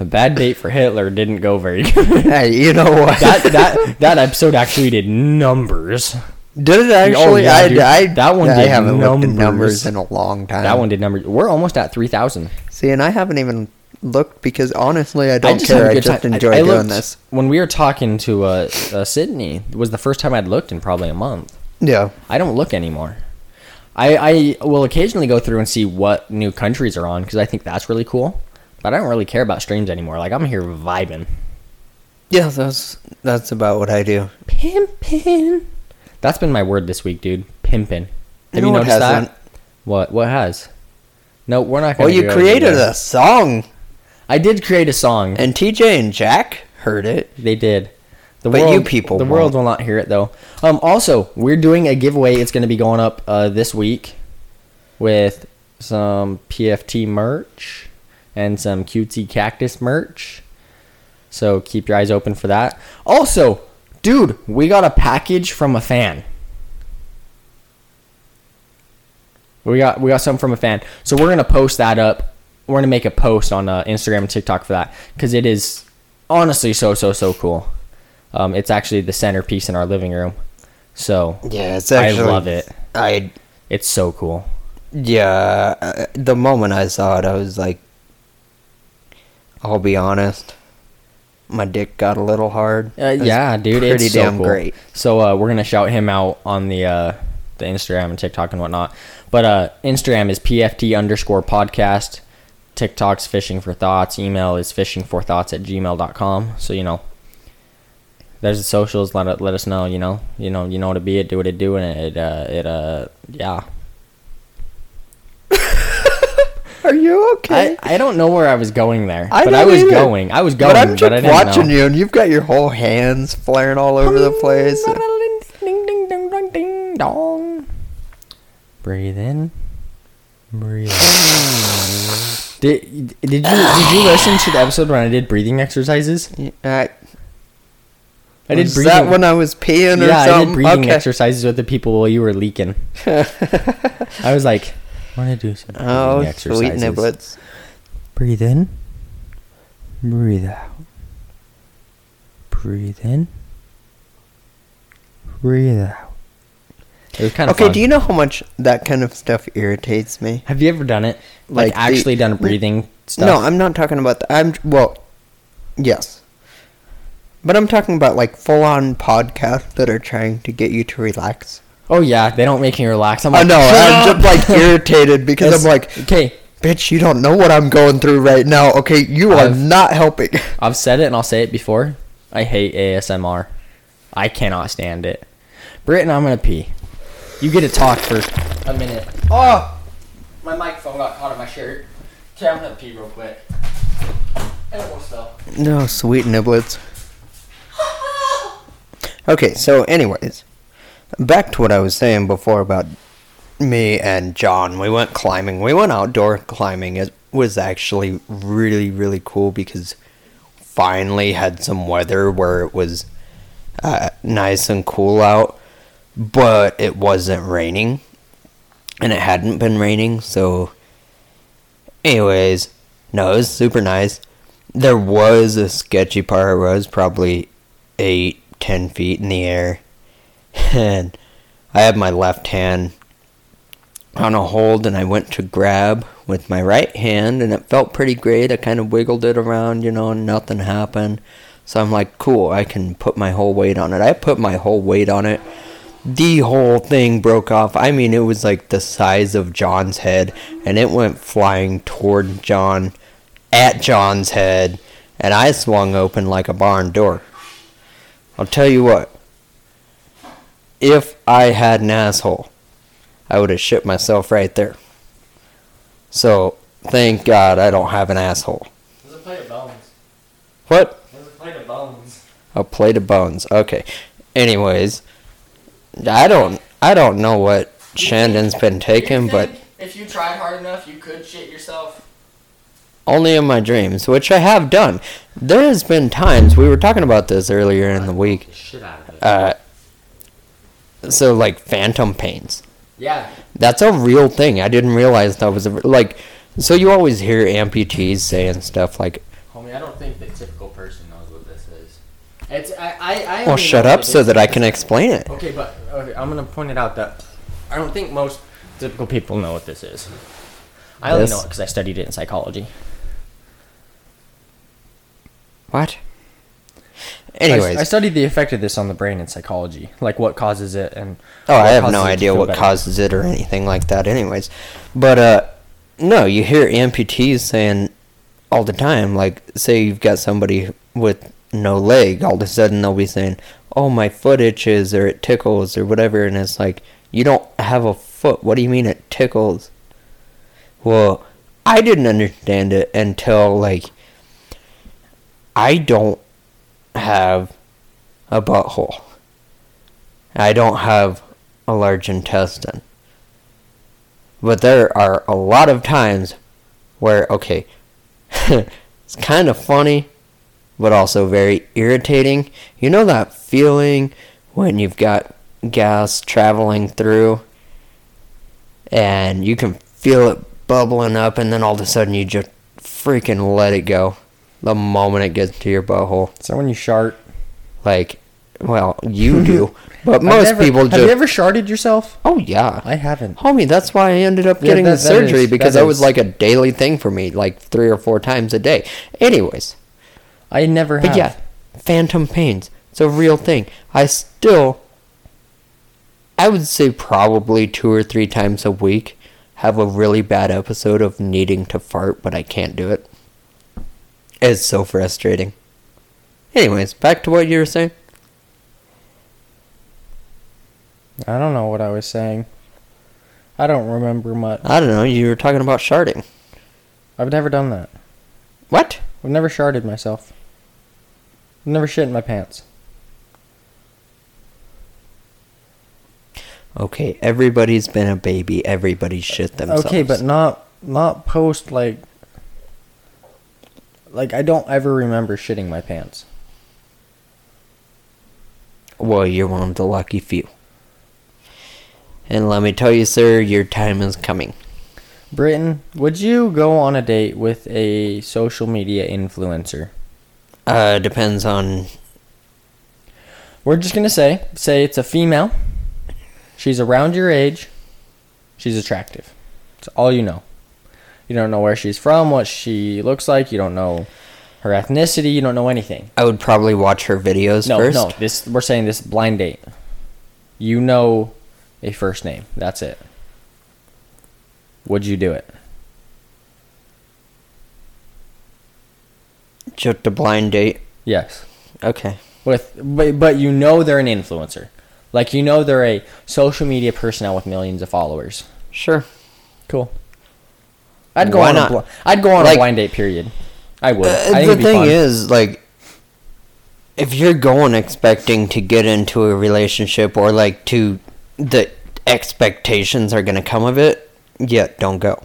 A: A bad date for Hitler didn't go very good.
B: hey, you know what?
A: that that that episode actually did numbers.
B: did it actually?
A: Oh, yeah,
B: I,
A: dude.
B: I,
A: That one
B: I
A: did
B: haven't looked at
A: numbers.
B: numbers in a long time.
A: That one did numbers. We're almost at three thousand.
B: See, and I haven't even looked because honestly, I don't care. I just enjoy doing this.
A: When we were talking to uh, uh, Sydney, it was the first time I'd looked in probably a month.
B: Yeah.
A: I don't look anymore. I, I will occasionally go through and see what new countries are on because I think that's really cool. But I don't really care about streams anymore. Like I'm here vibing,
B: Yeah, that's that's about what I do.
A: pimping. That's been my word this week, dude. Pimping. Have you
B: No, it
A: noticed
B: hasn't.
A: that? What? What has? No, we're not.
B: Well,
A: gonna
B: you
A: do it
B: created
A: today.
B: a song,
A: I did create a song.
B: and TJ and Jack heard it.
A: They did. The
B: But you people
A: the
B: won't.
A: world will not hear it though. Um, also, we're doing a giveaway. It's going to be going up uh, this week with some PFT merch and some cutesy cactus merch. So keep your eyes open for that. Also, dude, we got a package from a fan. We got we got some from a fan. So we're gonna post that up. We're gonna make a post on uh, Instagram and TikTok for that because it is honestly so so so cool. Um, it's actually the centerpiece in our living room. So
B: Yeah, it's
A: I
B: actually.
A: love it.
B: I
A: It's so cool.
B: yeah. uh, The moment I saw it, I was like, I'll be honest, my dick got a little hard.
A: Uh,
B: That's
A: yeah, dude,
B: pretty
A: it's
B: damn
A: so cool.
B: great.
A: So uh, we're gonna shout him out on the uh, the Instagram and TikTok and whatnot. But uh, Instagram is pft underscore podcast. TikTok's fishing for thoughts. Email is fishing for thoughts at gmail.com. So you know, there's the socials. Let it, let us know. You know, you know, you know what it be. It do what it do, and it uh, it uh yeah.
B: Are you okay?
A: I, I don't know where I was going there,
B: I
A: but I
B: don't
A: was
B: either.
A: going. I was going,
B: but
A: but,
B: I'm just
A: I didn't
B: watching
A: know.
B: you, and you've got your whole hands flaring all over the place.
A: Um, Ding, ding, ding, ding, ding, dong. Breathe in. Breathe out. Did, did you did you listen to the episode when I did breathing exercises?
B: I,
A: I did
B: was
A: breathing.
B: that when I was peeing or
A: yeah, I did
B: something?
A: breathing
B: okay.
A: exercises with the people while you were leaking. I was like, I want to do some breathing
B: Oh, sweet
A: exercises.
B: niblets.
A: Breathe in. Breathe out. Breathe in. Breathe out. It was kind of
B: Okay,
A: fun.
B: do you know how much that kind of stuff irritates me?
A: Have you ever done it? Like,
B: Like the-
A: actually done breathing stuff?
B: No, I'm not talking about that. I'm well, yes, But I'm talking about like full on podcasts that are trying to get you to relax.
A: Oh yeah, they don't make me relax. I'm
B: I
A: like,
B: know.
A: "Shut
B: I'm
A: up!"
B: just like irritated because
A: It's-
B: I'm like,
A: okay,
B: bitch, you don't know what I'm going through right now. Okay, you are
A: I've-
B: not helping.
A: I've said it and I'll say it before. I hate ASMR. I cannot stand it. Britton, I'm gonna pee. You get to talk for a minute. Oh, my microphone got caught in my shirt. Okay, I'm gonna pee real quick. And it will still.
B: No, sweet niblets. Okay, so anyways, back to what I was saying before about me and John. We went climbing. We went outdoor climbing. It was actually really really cool because finally had some weather where it was uh, nice and cool out, but it wasn't raining, and it hadn't been raining. So, anyways, no, it was super nice. There was a sketchy part. Where it was probably eight, ten feet in the air, and I had my left hand on a hold, and I went to grab with my right hand, and it felt pretty great. I kind of wiggled it around, you know, and nothing happened. So I'm like, cool, I can put my whole weight on it. I put my whole weight on it. The whole thing broke off. I mean, it was like the size of John's head, and it went flying toward John, at John's head, and I swung open like a barn door. I'll tell you what. If I had an asshole, I would have shit myself right there. So thank God I don't have an asshole.
A: There's a plate of bones.
B: What?
A: There's a plate of bones.
B: A plate of bones. Okay. Anyways, I don't I don't know what Shandon's been taking, but
A: if you tried hard enough, you could shit yourself.
B: only in my dreams, which I have done. There has been times we were talking about this earlier in the week.
A: Shit out of it.
B: Uh, so like phantom pains.
A: yeah.
B: That's a real thing. I didn't realize that was a, like. So you always hear amputees saying stuff like,
A: Homie, I don't think the typical person knows what this is. It's I I. I
B: "Well, shut up," so that I can explain it.
A: Okay, but okay, I'm gonna point it out that I don't think most typical people know what this is. I only
B: This-
A: know it because I studied it in psychology.
B: What?
A: I-
B: Anyways,
A: I, studied the effect of this on the brain in psychology, like what causes it, and
B: oh, I
A: what
B: have
A: causes
B: no
A: it to
B: idea
A: feel
B: what
A: better.
B: causes it or anything like that. Anyways, but uh, no, you hear amputees saying all the time. Like, say you've got somebody with no leg, all of a sudden they'll be saying, "Oh, my foot itches," or "It tickles," or whatever, and it's like, you don't have a foot. What do you mean it tickles? Well, I didn't understand it until like I don't have a butthole. I don't have a large intestine. But there are a lot of times where okay, it's kind of funny, but also very irritating. You know that feeling when you've got gas traveling through and you can feel it bubbling up, and then all of a sudden you just freaking let it go the moment it gets to your butthole.
A: So when you shart,
B: Like, well, you do, but
A: I've
B: most
A: never-
B: people
A: have
B: just.
A: you ever sharted yourself?
B: oh yeah,
A: I haven't.
B: homie, that's why I ended up
A: Yeah,
B: getting
A: that-
B: the
A: that
B: surgery
A: is-
B: because
A: that
B: that was
A: is-
B: like a daily thing for me, like three or four times a day. Anyways,
A: I never have.
B: but yeah, phantom pains. It's a real thing. I still, I would say probably two or three times a week, have a really bad episode of needing to fart, but I can't do it. It's so frustrating. Anyways, back to what you were saying.
A: I don't know what I was saying. I don't remember much.
B: I don't know. You were talking about sharding.
A: I've never done that.
B: What?
A: I've never sharded myself. I've never shit in my pants.
B: Okay, everybody's been a baby. Everybody shit themselves.
A: Okay, but not not post like like I don't ever remember shitting my pants.
B: Well, you're one of the lucky few. And let me tell you, sir, your time is coming.
A: Britton, would you go on a date with a social media influencer?
B: Uh, depends on.
A: We're just gonna say say it's a female. She's around your age. She's attractive. It's all you know. You don't know where she's from, what she looks like. You don't know her ethnicity. You don't know anything.
B: I would probably watch her videos
A: No,
B: first.
A: no. This we're saying this blind date. You know a first name. That's it. Would you do it?
B: Just a blind date.
A: Yes.
B: Okay.
A: With but, but you know they're an influencer. Like you know they're a social media personnel with millions of followers.
B: Sure.
A: Cool. I'd go
B: Why
A: on
B: not?
A: a bl- I'd go on
B: Like-
A: a blind date period. I would. I
B: Uh,
A: think
B: the
A: it'd be
B: thing
A: fun.
B: is, like, if you're going expecting to get into a relationship or like to the expectations are going to come of it, yeah, don't go.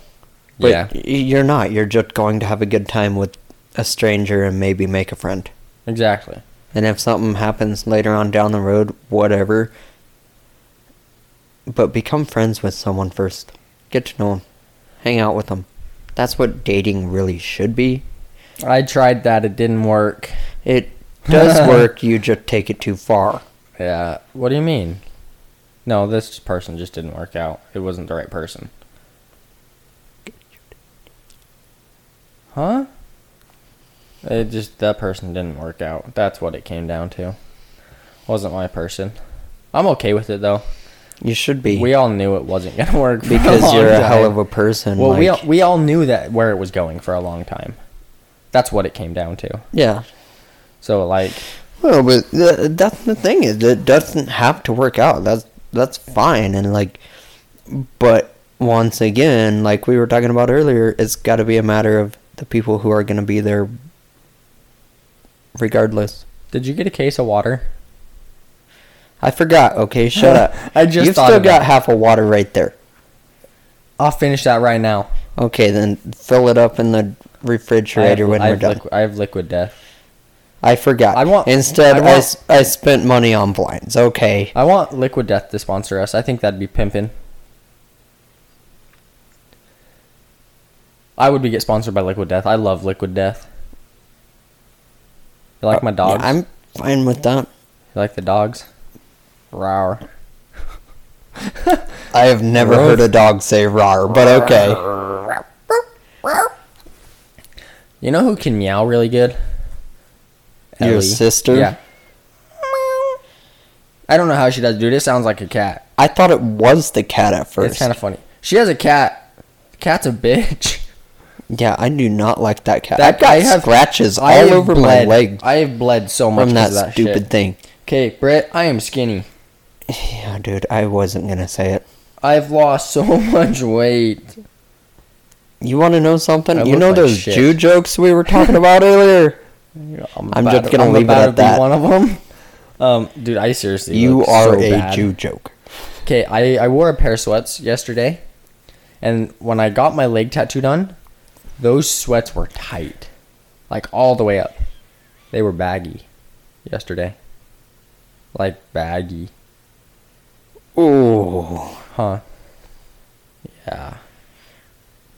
B: But
A: Yeah.
B: y- you're not. You're just going to have a good time with a stranger and maybe make a friend.
A: exactly.
B: And if something happens later on down the road, whatever. But become friends with someone first. Get to know them. Hang out with them. That's what dating really should be.
A: I tried that. It didn't work.
B: It does work, you just take it too far.
A: Yeah. What do you mean? No, this person just didn't work out. It wasn't the right person. Huh? It just that person didn't work out. That's what it came down to. Wasn't my person. I'm okay with it though.
B: You should be.
A: We all knew it wasn't gonna work for
B: because
A: long
B: you're a hell
A: time.
B: of a person.
A: Well, we all,
B: like-
A: we all knew that where it was going for a long time. That's what it came down to.
B: yeah.
A: So like,
B: Well, but th- that's the thing is it doesn't have to work out. That's that's fine and like but once again, like we were talking about earlier, it's got to be a matter of the people who are going to be there regardless.
A: did you get a case of water?
B: I forgot. Okay, shut up.
A: I just
B: You've
A: thought
B: still
A: of
B: got
A: it.
B: half a water right there.
A: I'll finish that right now.
B: Okay, then fill it up in the
A: I
B: refrigerator
A: have,
B: when
A: I
B: we're
A: have
B: done.
A: liqui- I have liquid death.
B: I forgot.
A: I want-
B: Instead,
A: I
B: I,
A: want-
B: s- I spent money on blinds. Okay.
A: I want liquid death to sponsor us. I think that'd be pimpin'. I would be get sponsored by liquid death. I love liquid death. You like my
B: Uh, Yeah,
A: dogs?
B: I'm fine with that.
A: you like the dogs? Rawr.
B: I have never heard a dog say "rar," but okay.
A: You know who can meow really good?
B: Your sister?
A: Yeah. I don't know how she does, dude. It sounds like a cat.
B: I thought it was the cat at
A: It's
B: first.
A: kind of funny. She has a cat. The cat's a bitch.
B: yeah, I do not like that cat.
A: That
B: I've got
A: I have-
B: scratches
A: I
B: all
A: have
B: over
A: bled-
B: my leg
A: I have bled so much
B: from that,
A: of that
B: stupid
A: shit.
B: thing.
A: Okay, Britt, I am skinny.
B: Yeah, dude, I wasn't gonna say it.
A: I've lost so much weight.
B: You want to know something?
A: I
B: you
A: look
B: know
A: like
B: those
A: shit.
B: Jew jokes we were talking about earlier?
A: I'm,
B: I'm
A: about
B: just
A: to-
B: gonna
A: I'm
B: leave it
A: about
B: at
A: to be
B: that.
A: One of them. Um, dude, I seriously.
B: You
A: look
B: are
A: so
B: a
A: bad.
B: Jew joke.
A: Okay, I, I wore a pair of sweats yesterday, and when I got my leg tattoo done, those sweats were tight, like all the way up. They were baggy yesterday, like baggy,
B: Ooh,
A: huh? Yeah,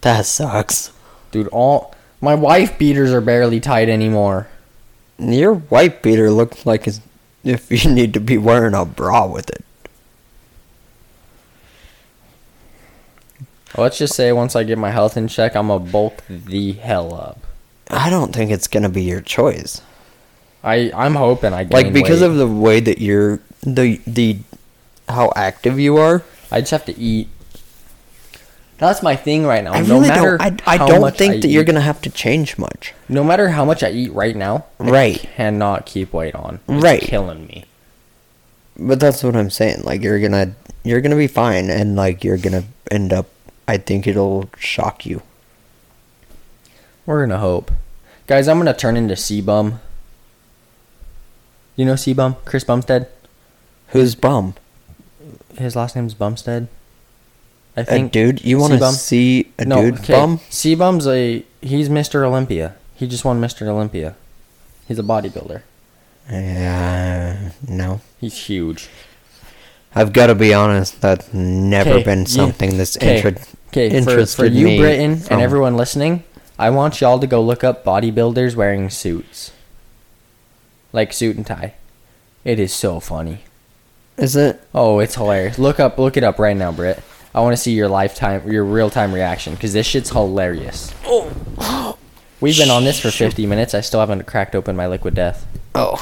B: that sucks.
A: dude. All my wife beaters are barely tight anymore.
B: Your white beater looks like it's, if you need to be wearing a bra with it.
A: Let's just say once I get my health in check, I'm gonna bulk the hell up.
B: I don't think it's gonna be your choice.
A: I I'm hoping I gain
B: Like because
A: weight.
B: of the way that you're the the how active you are.
A: I just have to eat. That's my thing right now.
B: I
A: no
B: really
A: matter
B: don't. I, I
A: how
B: don't
A: much
B: think
A: I
B: that you're
A: eat-
B: gonna have to change much.
A: No matter how much I eat right now,
B: Right.
A: I cannot keep weight on. It's
B: Right.
A: killing me.
B: But that's what I'm saying. Like you're gonna you're gonna be fine, and like you're gonna end up. I think it'll shock you.
A: We're gonna hope, guys. I'm gonna turn into C bum. You know C bum, Chris Bumstead.
B: Who's bum?
A: His last name's Bumstead. I
B: A
A: think,
B: dude? You want to
A: C-Bum?
B: see a dude bum?
A: C bum's a he's Mr. Olympia. He just won Mr. Olympia. He's a bodybuilder.
B: Uh, no.
A: He's huge.
B: I've got to be honest. That's never
A: 'Kay,
B: been
A: you-
B: something that's
A: Okay,
B: inter-
A: okay. For, for
B: interested
A: you,
B: me
A: Britain,
B: from-
A: and everyone listening, I want y'all to go look up bodybuilders wearing suits, like suit and tie. It is so funny.
B: Is it?
A: Oh, it's hilarious. Look up, look it up right now, Britt. I want to see your lifetime, your real time reaction, because this shit's hilarious. We've been on this for 50 minutes. I still haven't cracked open my liquid death.
B: Oh.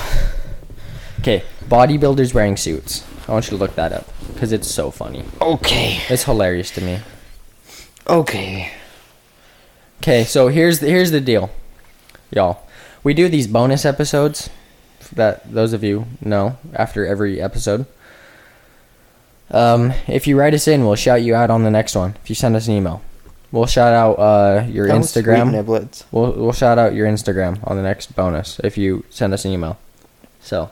A: Okay, bodybuilders wearing suits. I want you to look that up because it's so funny.
B: Okay.
A: It's hilarious to me.
B: Okay.
A: Okay, so here's the, here's the deal, y'all. We do these bonus episodes that those of you know after every episode. Um, if you write us in, we'll shout you out on the next one. If you send us an email, we'll shout out uh, your
B: That was sweet
A: Instagram.
B: niblets.
A: We'll we'll shout out your Instagram on the next bonus if you send us an email. So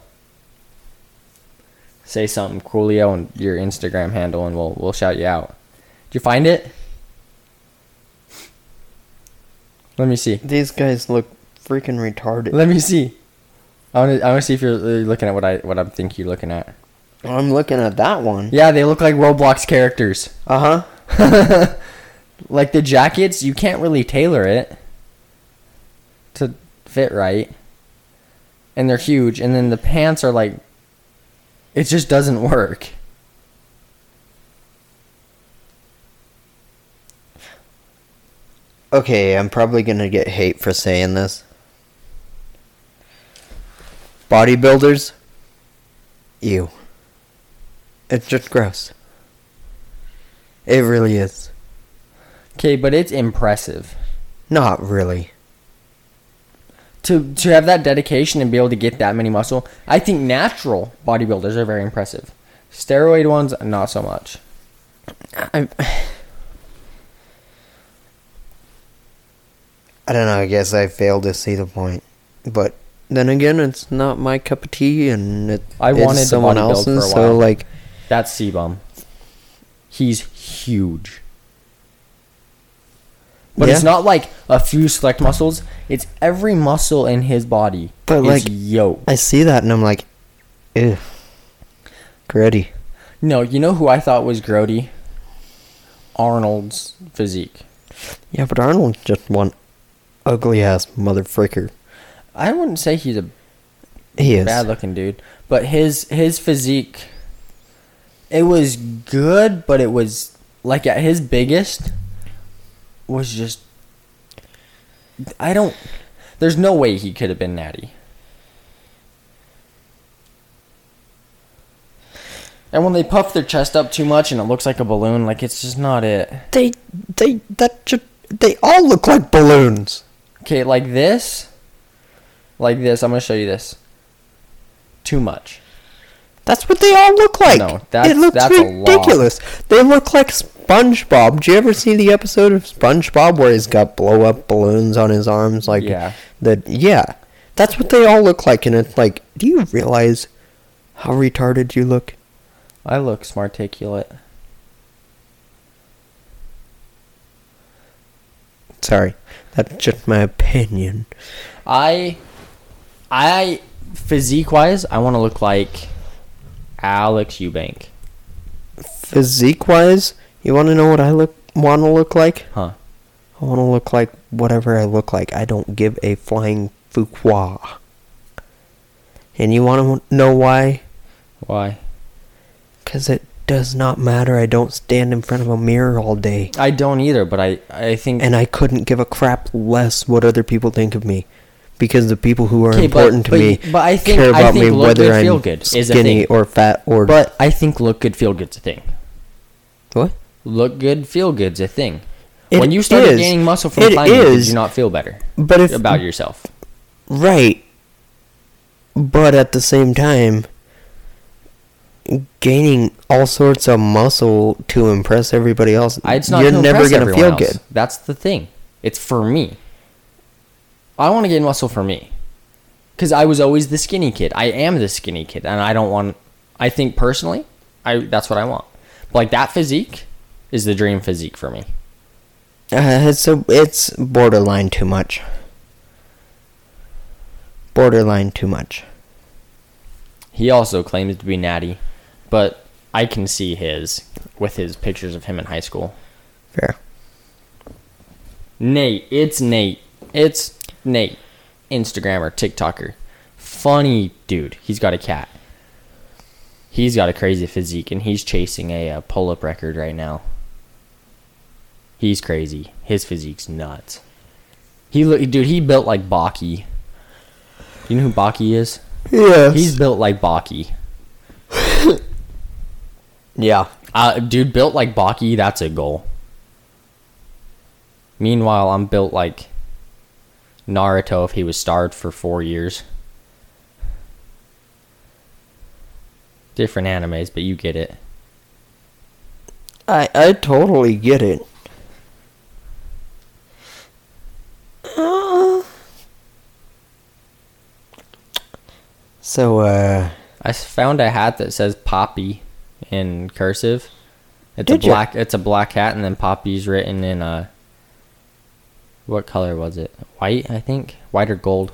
A: say something Coolio and your Instagram handle and we'll we'll shout you out. Did you find it? Let me see.
B: These guys look freaking retarded.
A: Let me see. I want to I want to see if you're really looking at what I what I think you're looking at.
B: I'm looking at that one.
A: Yeah, they look like Roblox characters.
B: Uh huh.
A: like the jackets, you can't really tailor it to fit right. And they're huge, and then the pants are like it just doesn't work.
B: Okay, I'm probably gonna get hate for saying this. Bodybuilders, ew. It's just gross. It really is.
A: Okay, but it's impressive.
B: Not really.
A: To to have that dedication and be able to get that many muscle, I think natural bodybuilders are very impressive. Steroid ones, not so much.
B: I. I don't know. I guess I failed to see the point, but then again, it's not my cup of tea, and it,
A: I
B: it's
A: wanted to
B: someone
A: bodybuild
B: else's.
A: for a
B: So
A: while.
B: like,
A: That's Sebum. He's huge. But it's
B: Yeah.
A: not like a few select muscles. It's every muscle in his body
B: But,
A: is
B: like-
A: yoked.
B: I see that and I'm like, ew, gritty.
A: No, you know who I thought was grody? Arnold's physique.
B: Yeah, but Arnold's just one ugly ass motherfricker.
A: I wouldn't say he's a
B: He is.
A: bad looking dude, but his his physique it was good, but it was like at his biggest was just I don't there's no way he could have been natty. And when they puff their chest up too much and it looks like a balloon, like it's just not it.
B: They, they, that just, they all look like balloons.
A: Okay, like this. Like this, I'm gonna show you this. Too much.
B: That's what they all look like.
A: No, that's-
B: it looks
A: that's a lot.
B: ridiculous. They look like SpongeBob. Do you ever see the episode of SpongeBob where he's got blow up balloons on his arms? Like,
A: Yeah.
B: That, yeah. That's what they all look like, and it's like, do you realize how retarded you look?
A: I look smarticulate.
B: Sorry, that's just my opinion.
A: I, I physique wise, I want to look like Alex Eubank,
B: Physique wise, you want to know what I look want to look like?
A: huh?
B: I want to look like whatever I look like. I don't give a flying fuqua. And you want to know why?
A: Why?
B: Because it does not matter. I don't stand in front of a mirror all day.
A: I don't either, but I I think
B: And I couldn't give a crap less what other people think of me. Because the people who are
A: Okay, but-
B: important to
A: but-
B: me
A: but I think-
B: care
A: I
B: about
A: think
B: me
A: look
B: whether
A: good,
B: I'm
A: feel good is a
B: skinny
A: thing.
B: or fat or
A: but I think look good, feel good's a thing.
B: what?
A: Look good, feel good's a thing.
B: It
A: when you started
B: is.
A: gaining muscle
B: It
A: from climbing, did
B: is.
A: you not feel better
B: But if
A: about yourself?
B: Right. But at the same time, gaining all sorts of muscle to impress everybody else,
A: I, Ah, it's not.
B: you're
A: to
B: never
A: impress
B: going to
A: everyone
B: feel
A: else.
B: good.
A: That's the thing. It's for me. I want to gain muscle for me, because I was always the skinny kid. I am the skinny kid, and I don't want. I think personally, I that's what I want. Like that physique is the dream physique for me.
B: Uh, it's, a, it's borderline too much. Borderline too much.
A: He also claims to be natty, but I can see his with his pictures of him in high school.
B: Fair.
A: Nate, it's Nate. It's Nate, Instagrammer, TikToker, funny dude. He's got a cat. He's got a crazy physique, and he's chasing a, uh pull-up record right now. He's crazy. His physique's nuts. He look, dude, he built like Baki. You know who Baki is?
B: Yes.
A: He's built like Baki.
B: yeah.
A: Uh, dude, built like Baki, that's a goal. Meanwhile, I'm built like Naruto if he was starved for four years. Different animes, but you get it.
B: I I totally get it. Uh, So uh
A: I s- found a hat that says Poppy in cursive. It's
B: Did
A: a
B: ya?
A: black. It's a black hat, and then Poppy's written in a. What color was it? White, I think. White or gold.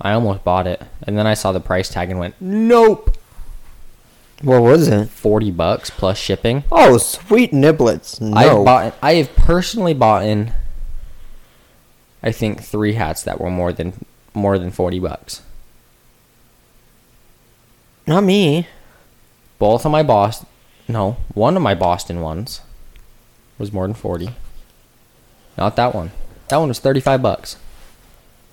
A: I almost bought it, and then I saw the price tag and went, "Nope."
B: what was it?
A: Forty bucks plus shipping.
B: Oh, sweet niblets. No.
A: I've bought. I have personally bought in. I think three hats that were more than more than forty bucks.
B: Not me.
A: Both of my Boston, no, one of my Boston ones was more than forty. Not that one. That one was thirty-five bucks.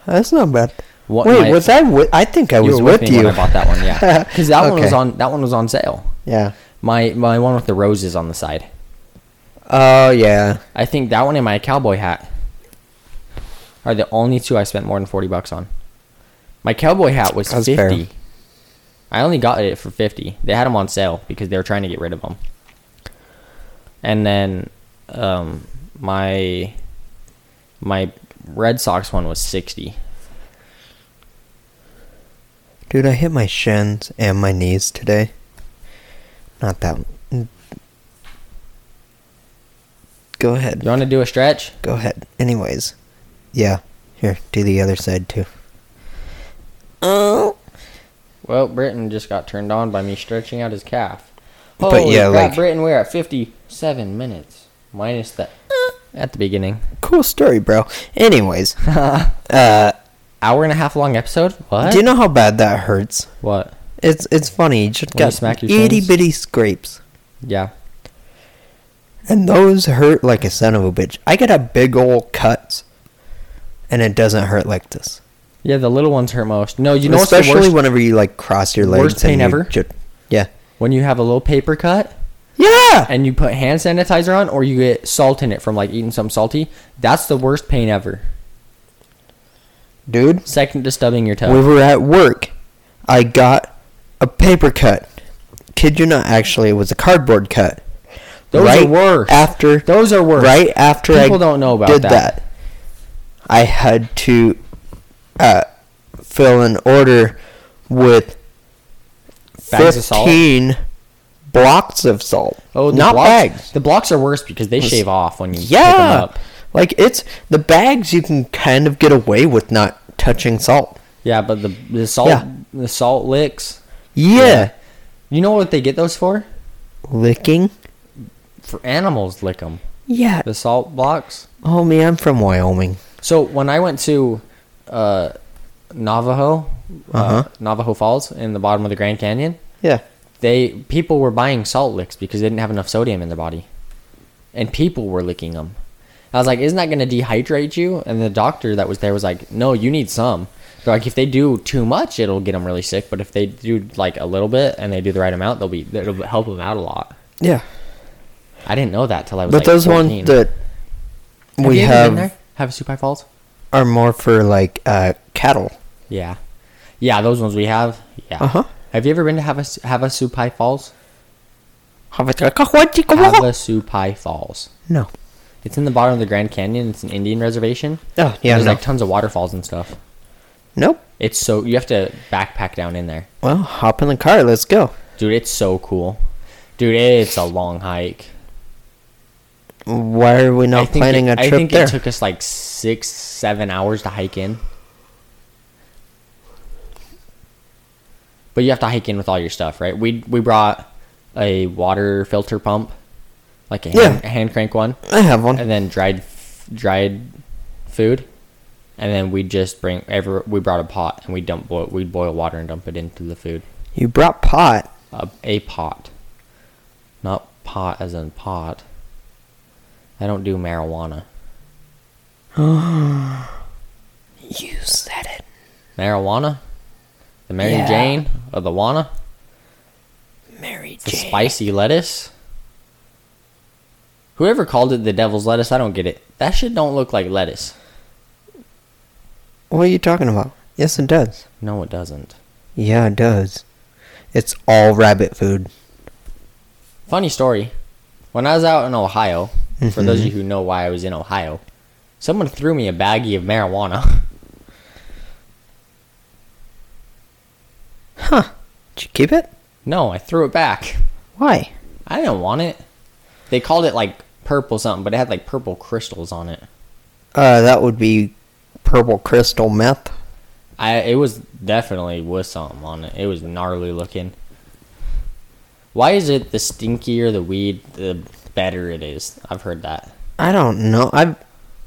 B: That's not bad.
A: What-
B: Wait,
A: my-
B: was I with? I think I
A: you
B: was
A: were with,
B: with,
A: me
B: you
A: when I bought that one, yeah, because that one was
B: Okay.
A: on that one was on sale.
B: Yeah.
A: My my one with the roses on the side.
B: Oh yeah.
A: I think that one and my cowboy hat are the only two I spent more than forty bucks on. My cowboy hat was
B: That's fair.
A: fifty. I only got it for fifty. They had them on sale because they were trying to get rid of them. And then um, my my Red Sox one was sixty.
B: Dude, I hit my shins and my knees today. Not that. Mm. Go ahead.
A: You want to do a stretch?
B: Go ahead. Anyways, yeah. Here, do the other side too. Oh.
A: Well, Britton just got turned on by me stretching out his calf.
B: But
A: Holy
B: yeah,
A: crap,
B: like-
A: Britton, we're at fifty-seven minutes minus the at the beginning.
B: Cool story, bro. Anyways, uh,
A: hour and a half long episode. What?
B: do you know how bad that hurts?
A: what?
B: It's it's funny. You just
A: When you
B: got
A: smack your shins?
B: itty bitty scrapes,
A: Yeah.
B: and those hurt like a son of a bitch. I got a big ol' cuts, and it doesn't hurt like this.
A: Yeah, the little ones hurt most. No, you know
B: especially
A: what's the worst?
B: whenever you like cross your legs.
A: Worst pain
B: and you
A: ever?
B: ju- yeah.
A: When you have a little paper cut
B: Yeah.
A: and you put hand sanitizer on or you get salt in it from like eating something salty, that's the worst pain ever.
B: Dude,
A: Second to stubbing your toe.
B: we were at work. I got a paper cut. Kid you not, actually, it was a cardboard cut.
A: Those are
B: right
A: worse.
B: After
A: Those are worse.
B: Right after
A: People
B: I
A: don't know about
B: did
A: that.
B: that. I had to uh, fill an order with
A: Bags of salt?
B: fifteen blocks of salt.
A: Oh, the
B: not
A: blocks,
B: bags.
A: The blocks are worse because they shave off when you pick them
B: Yeah,
A: up.
B: like it's the bags you can kind of get away with not touching salt.
A: Yeah, but the the salt
B: Yeah.
A: the salt licks.
B: yeah.
A: You know what they get those for?
B: licking.
A: For animals lick them.
B: Yeah.
A: The salt blocks.
B: Homie, Oh, I'm from Wyoming.
A: So when I went to uh, Navajo, uh
B: Uh-huh.
A: Navajo Falls in the bottom of the Grand Canyon,
B: Yeah.
A: they people were buying salt licks because they didn't have enough sodium in their body, and people were licking them. I was like, "Isn't that going to dehydrate you?" And the doctor that was there was like, "No, you need some." They're like, "If they do too much, it'll get them really sick. But if they do like a little bit and they do the right amount, they'll be it'll help them out a lot."
B: Yeah.
A: I didn't know that till I was.
B: But
A: like,
B: those
A: 14.
B: ones that
A: Have
B: we
A: you ever been
B: have
A: there? Havasupai Falls.
B: are more for like uh, cattle.
A: Yeah, yeah, those ones we have. Yeah.
B: Uh-huh.
A: Have you ever been to Havas Havasupai Falls?
B: Oh,
A: Havasupai Falls.
B: No.
A: It's in the bottom of the Grand Canyon. It's an Indian reservation.
B: Oh, yeah.
A: There's
B: No.
A: like tons of waterfalls and stuff.
B: nope.
A: It's so you have to backpack down in there,
B: Well, hop in the car. Let's go.
A: dude. It's so cool, dude. It's a long hike.
B: Why are we not planning
A: it,
B: a trip
A: I think
B: there?
A: it took us like six, seven hours to hike in. But you have to hike in with all your stuff, right? We we brought a water filter pump, like a hand,
B: Yeah.
A: a hand crank one,
B: I have one.
A: and then dried f- dried food, and then we just bring ever we brought a pot and we dump boil we boil water and dump it into the food.
B: you brought pot.
A: A, a pot, not pot as in pot. I don't do marijuana.
B: You said it.
A: Marijuana? The Mary
B: Yeah.
A: Jane or the Wana?
B: Mary
A: The
B: Jane.
A: spicy lettuce? Whoever called it the devil's lettuce, I don't get it. That shit don't look like lettuce.
B: What are you talking about? Yes, it does.
A: No, it doesn't.
B: Yeah, it does. It's all rabbit food.
A: Funny story. When I was out in Ohio, for those of
B: Mm-hmm.
A: you who know why I was in Ohio, someone threw me a baggie of marijuana.
B: Huh. Did you keep it?
A: no, I threw it back.
B: Why?
A: I didn't want it. They called it like purple something, but it had like purple crystals on it.
B: Uh, that would be purple crystal meth.
A: I it was definitely was something on it. It was gnarly looking. Why is it the stinkier the weed, the better it is? I've heard that.
B: I don't know. I've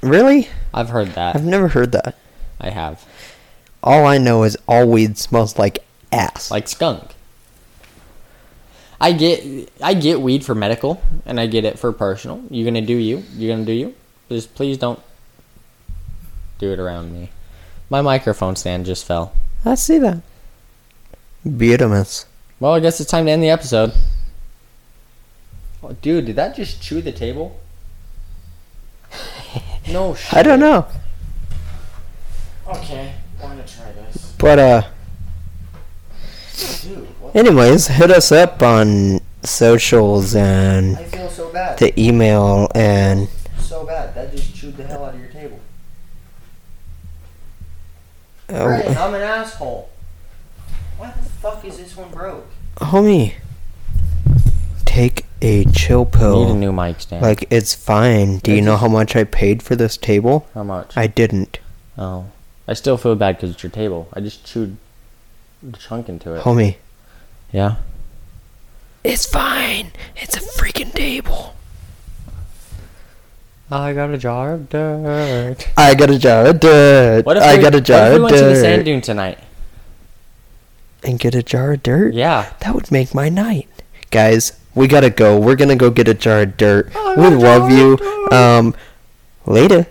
B: really.
A: I've heard
B: I've
A: that.
B: never heard that.
A: I have.
B: All I know is all weed smells like ass.
A: Like skunk. I get I get weed for medical and I get it for personal. You're gonna do you. You're gonna do you. Just please don't do it around me. My microphone stand just fell.
B: I see that. Beautimus.
A: Well, I guess it's time to end the episode. Oh, dude, did that just chew the table? no shit.
B: I don't know,
A: Okay, I'm gonna try this.
B: but uh.
A: Dude, what?
B: Anyways, hit us up on socials and
A: I feel so bad.
B: the email and
A: So bad. That just chewed the hell out of your table. Brian,
B: oh,
A: I'm an asshole. Why the fuck is this one broke?
B: homie, take a chill
A: Need a
B: pill.
A: new mic stand.
B: Like it's fine. Do you know how much I paid for this table?
A: How much?
B: I didn't,
A: oh. I still feel bad because it's your table. I just chewed a chunk into it.
B: homie.
A: Yeah?
B: It's fine. It's a freaking table.
A: I got a jar of dirt.
B: I got a jar of dirt.
A: What if
B: I
A: we,
B: got a
A: what
B: jar
A: if we
B: of
A: went to the sand
B: dirt.
A: dune tonight?
B: And get a jar of dirt.
A: Yeah.
B: That would make my night. Guys, we gotta go. We're gonna go get a jar of dirt.
A: I
B: we
A: got a jar
B: love
A: of
B: you.
A: dirt.
B: Um, later.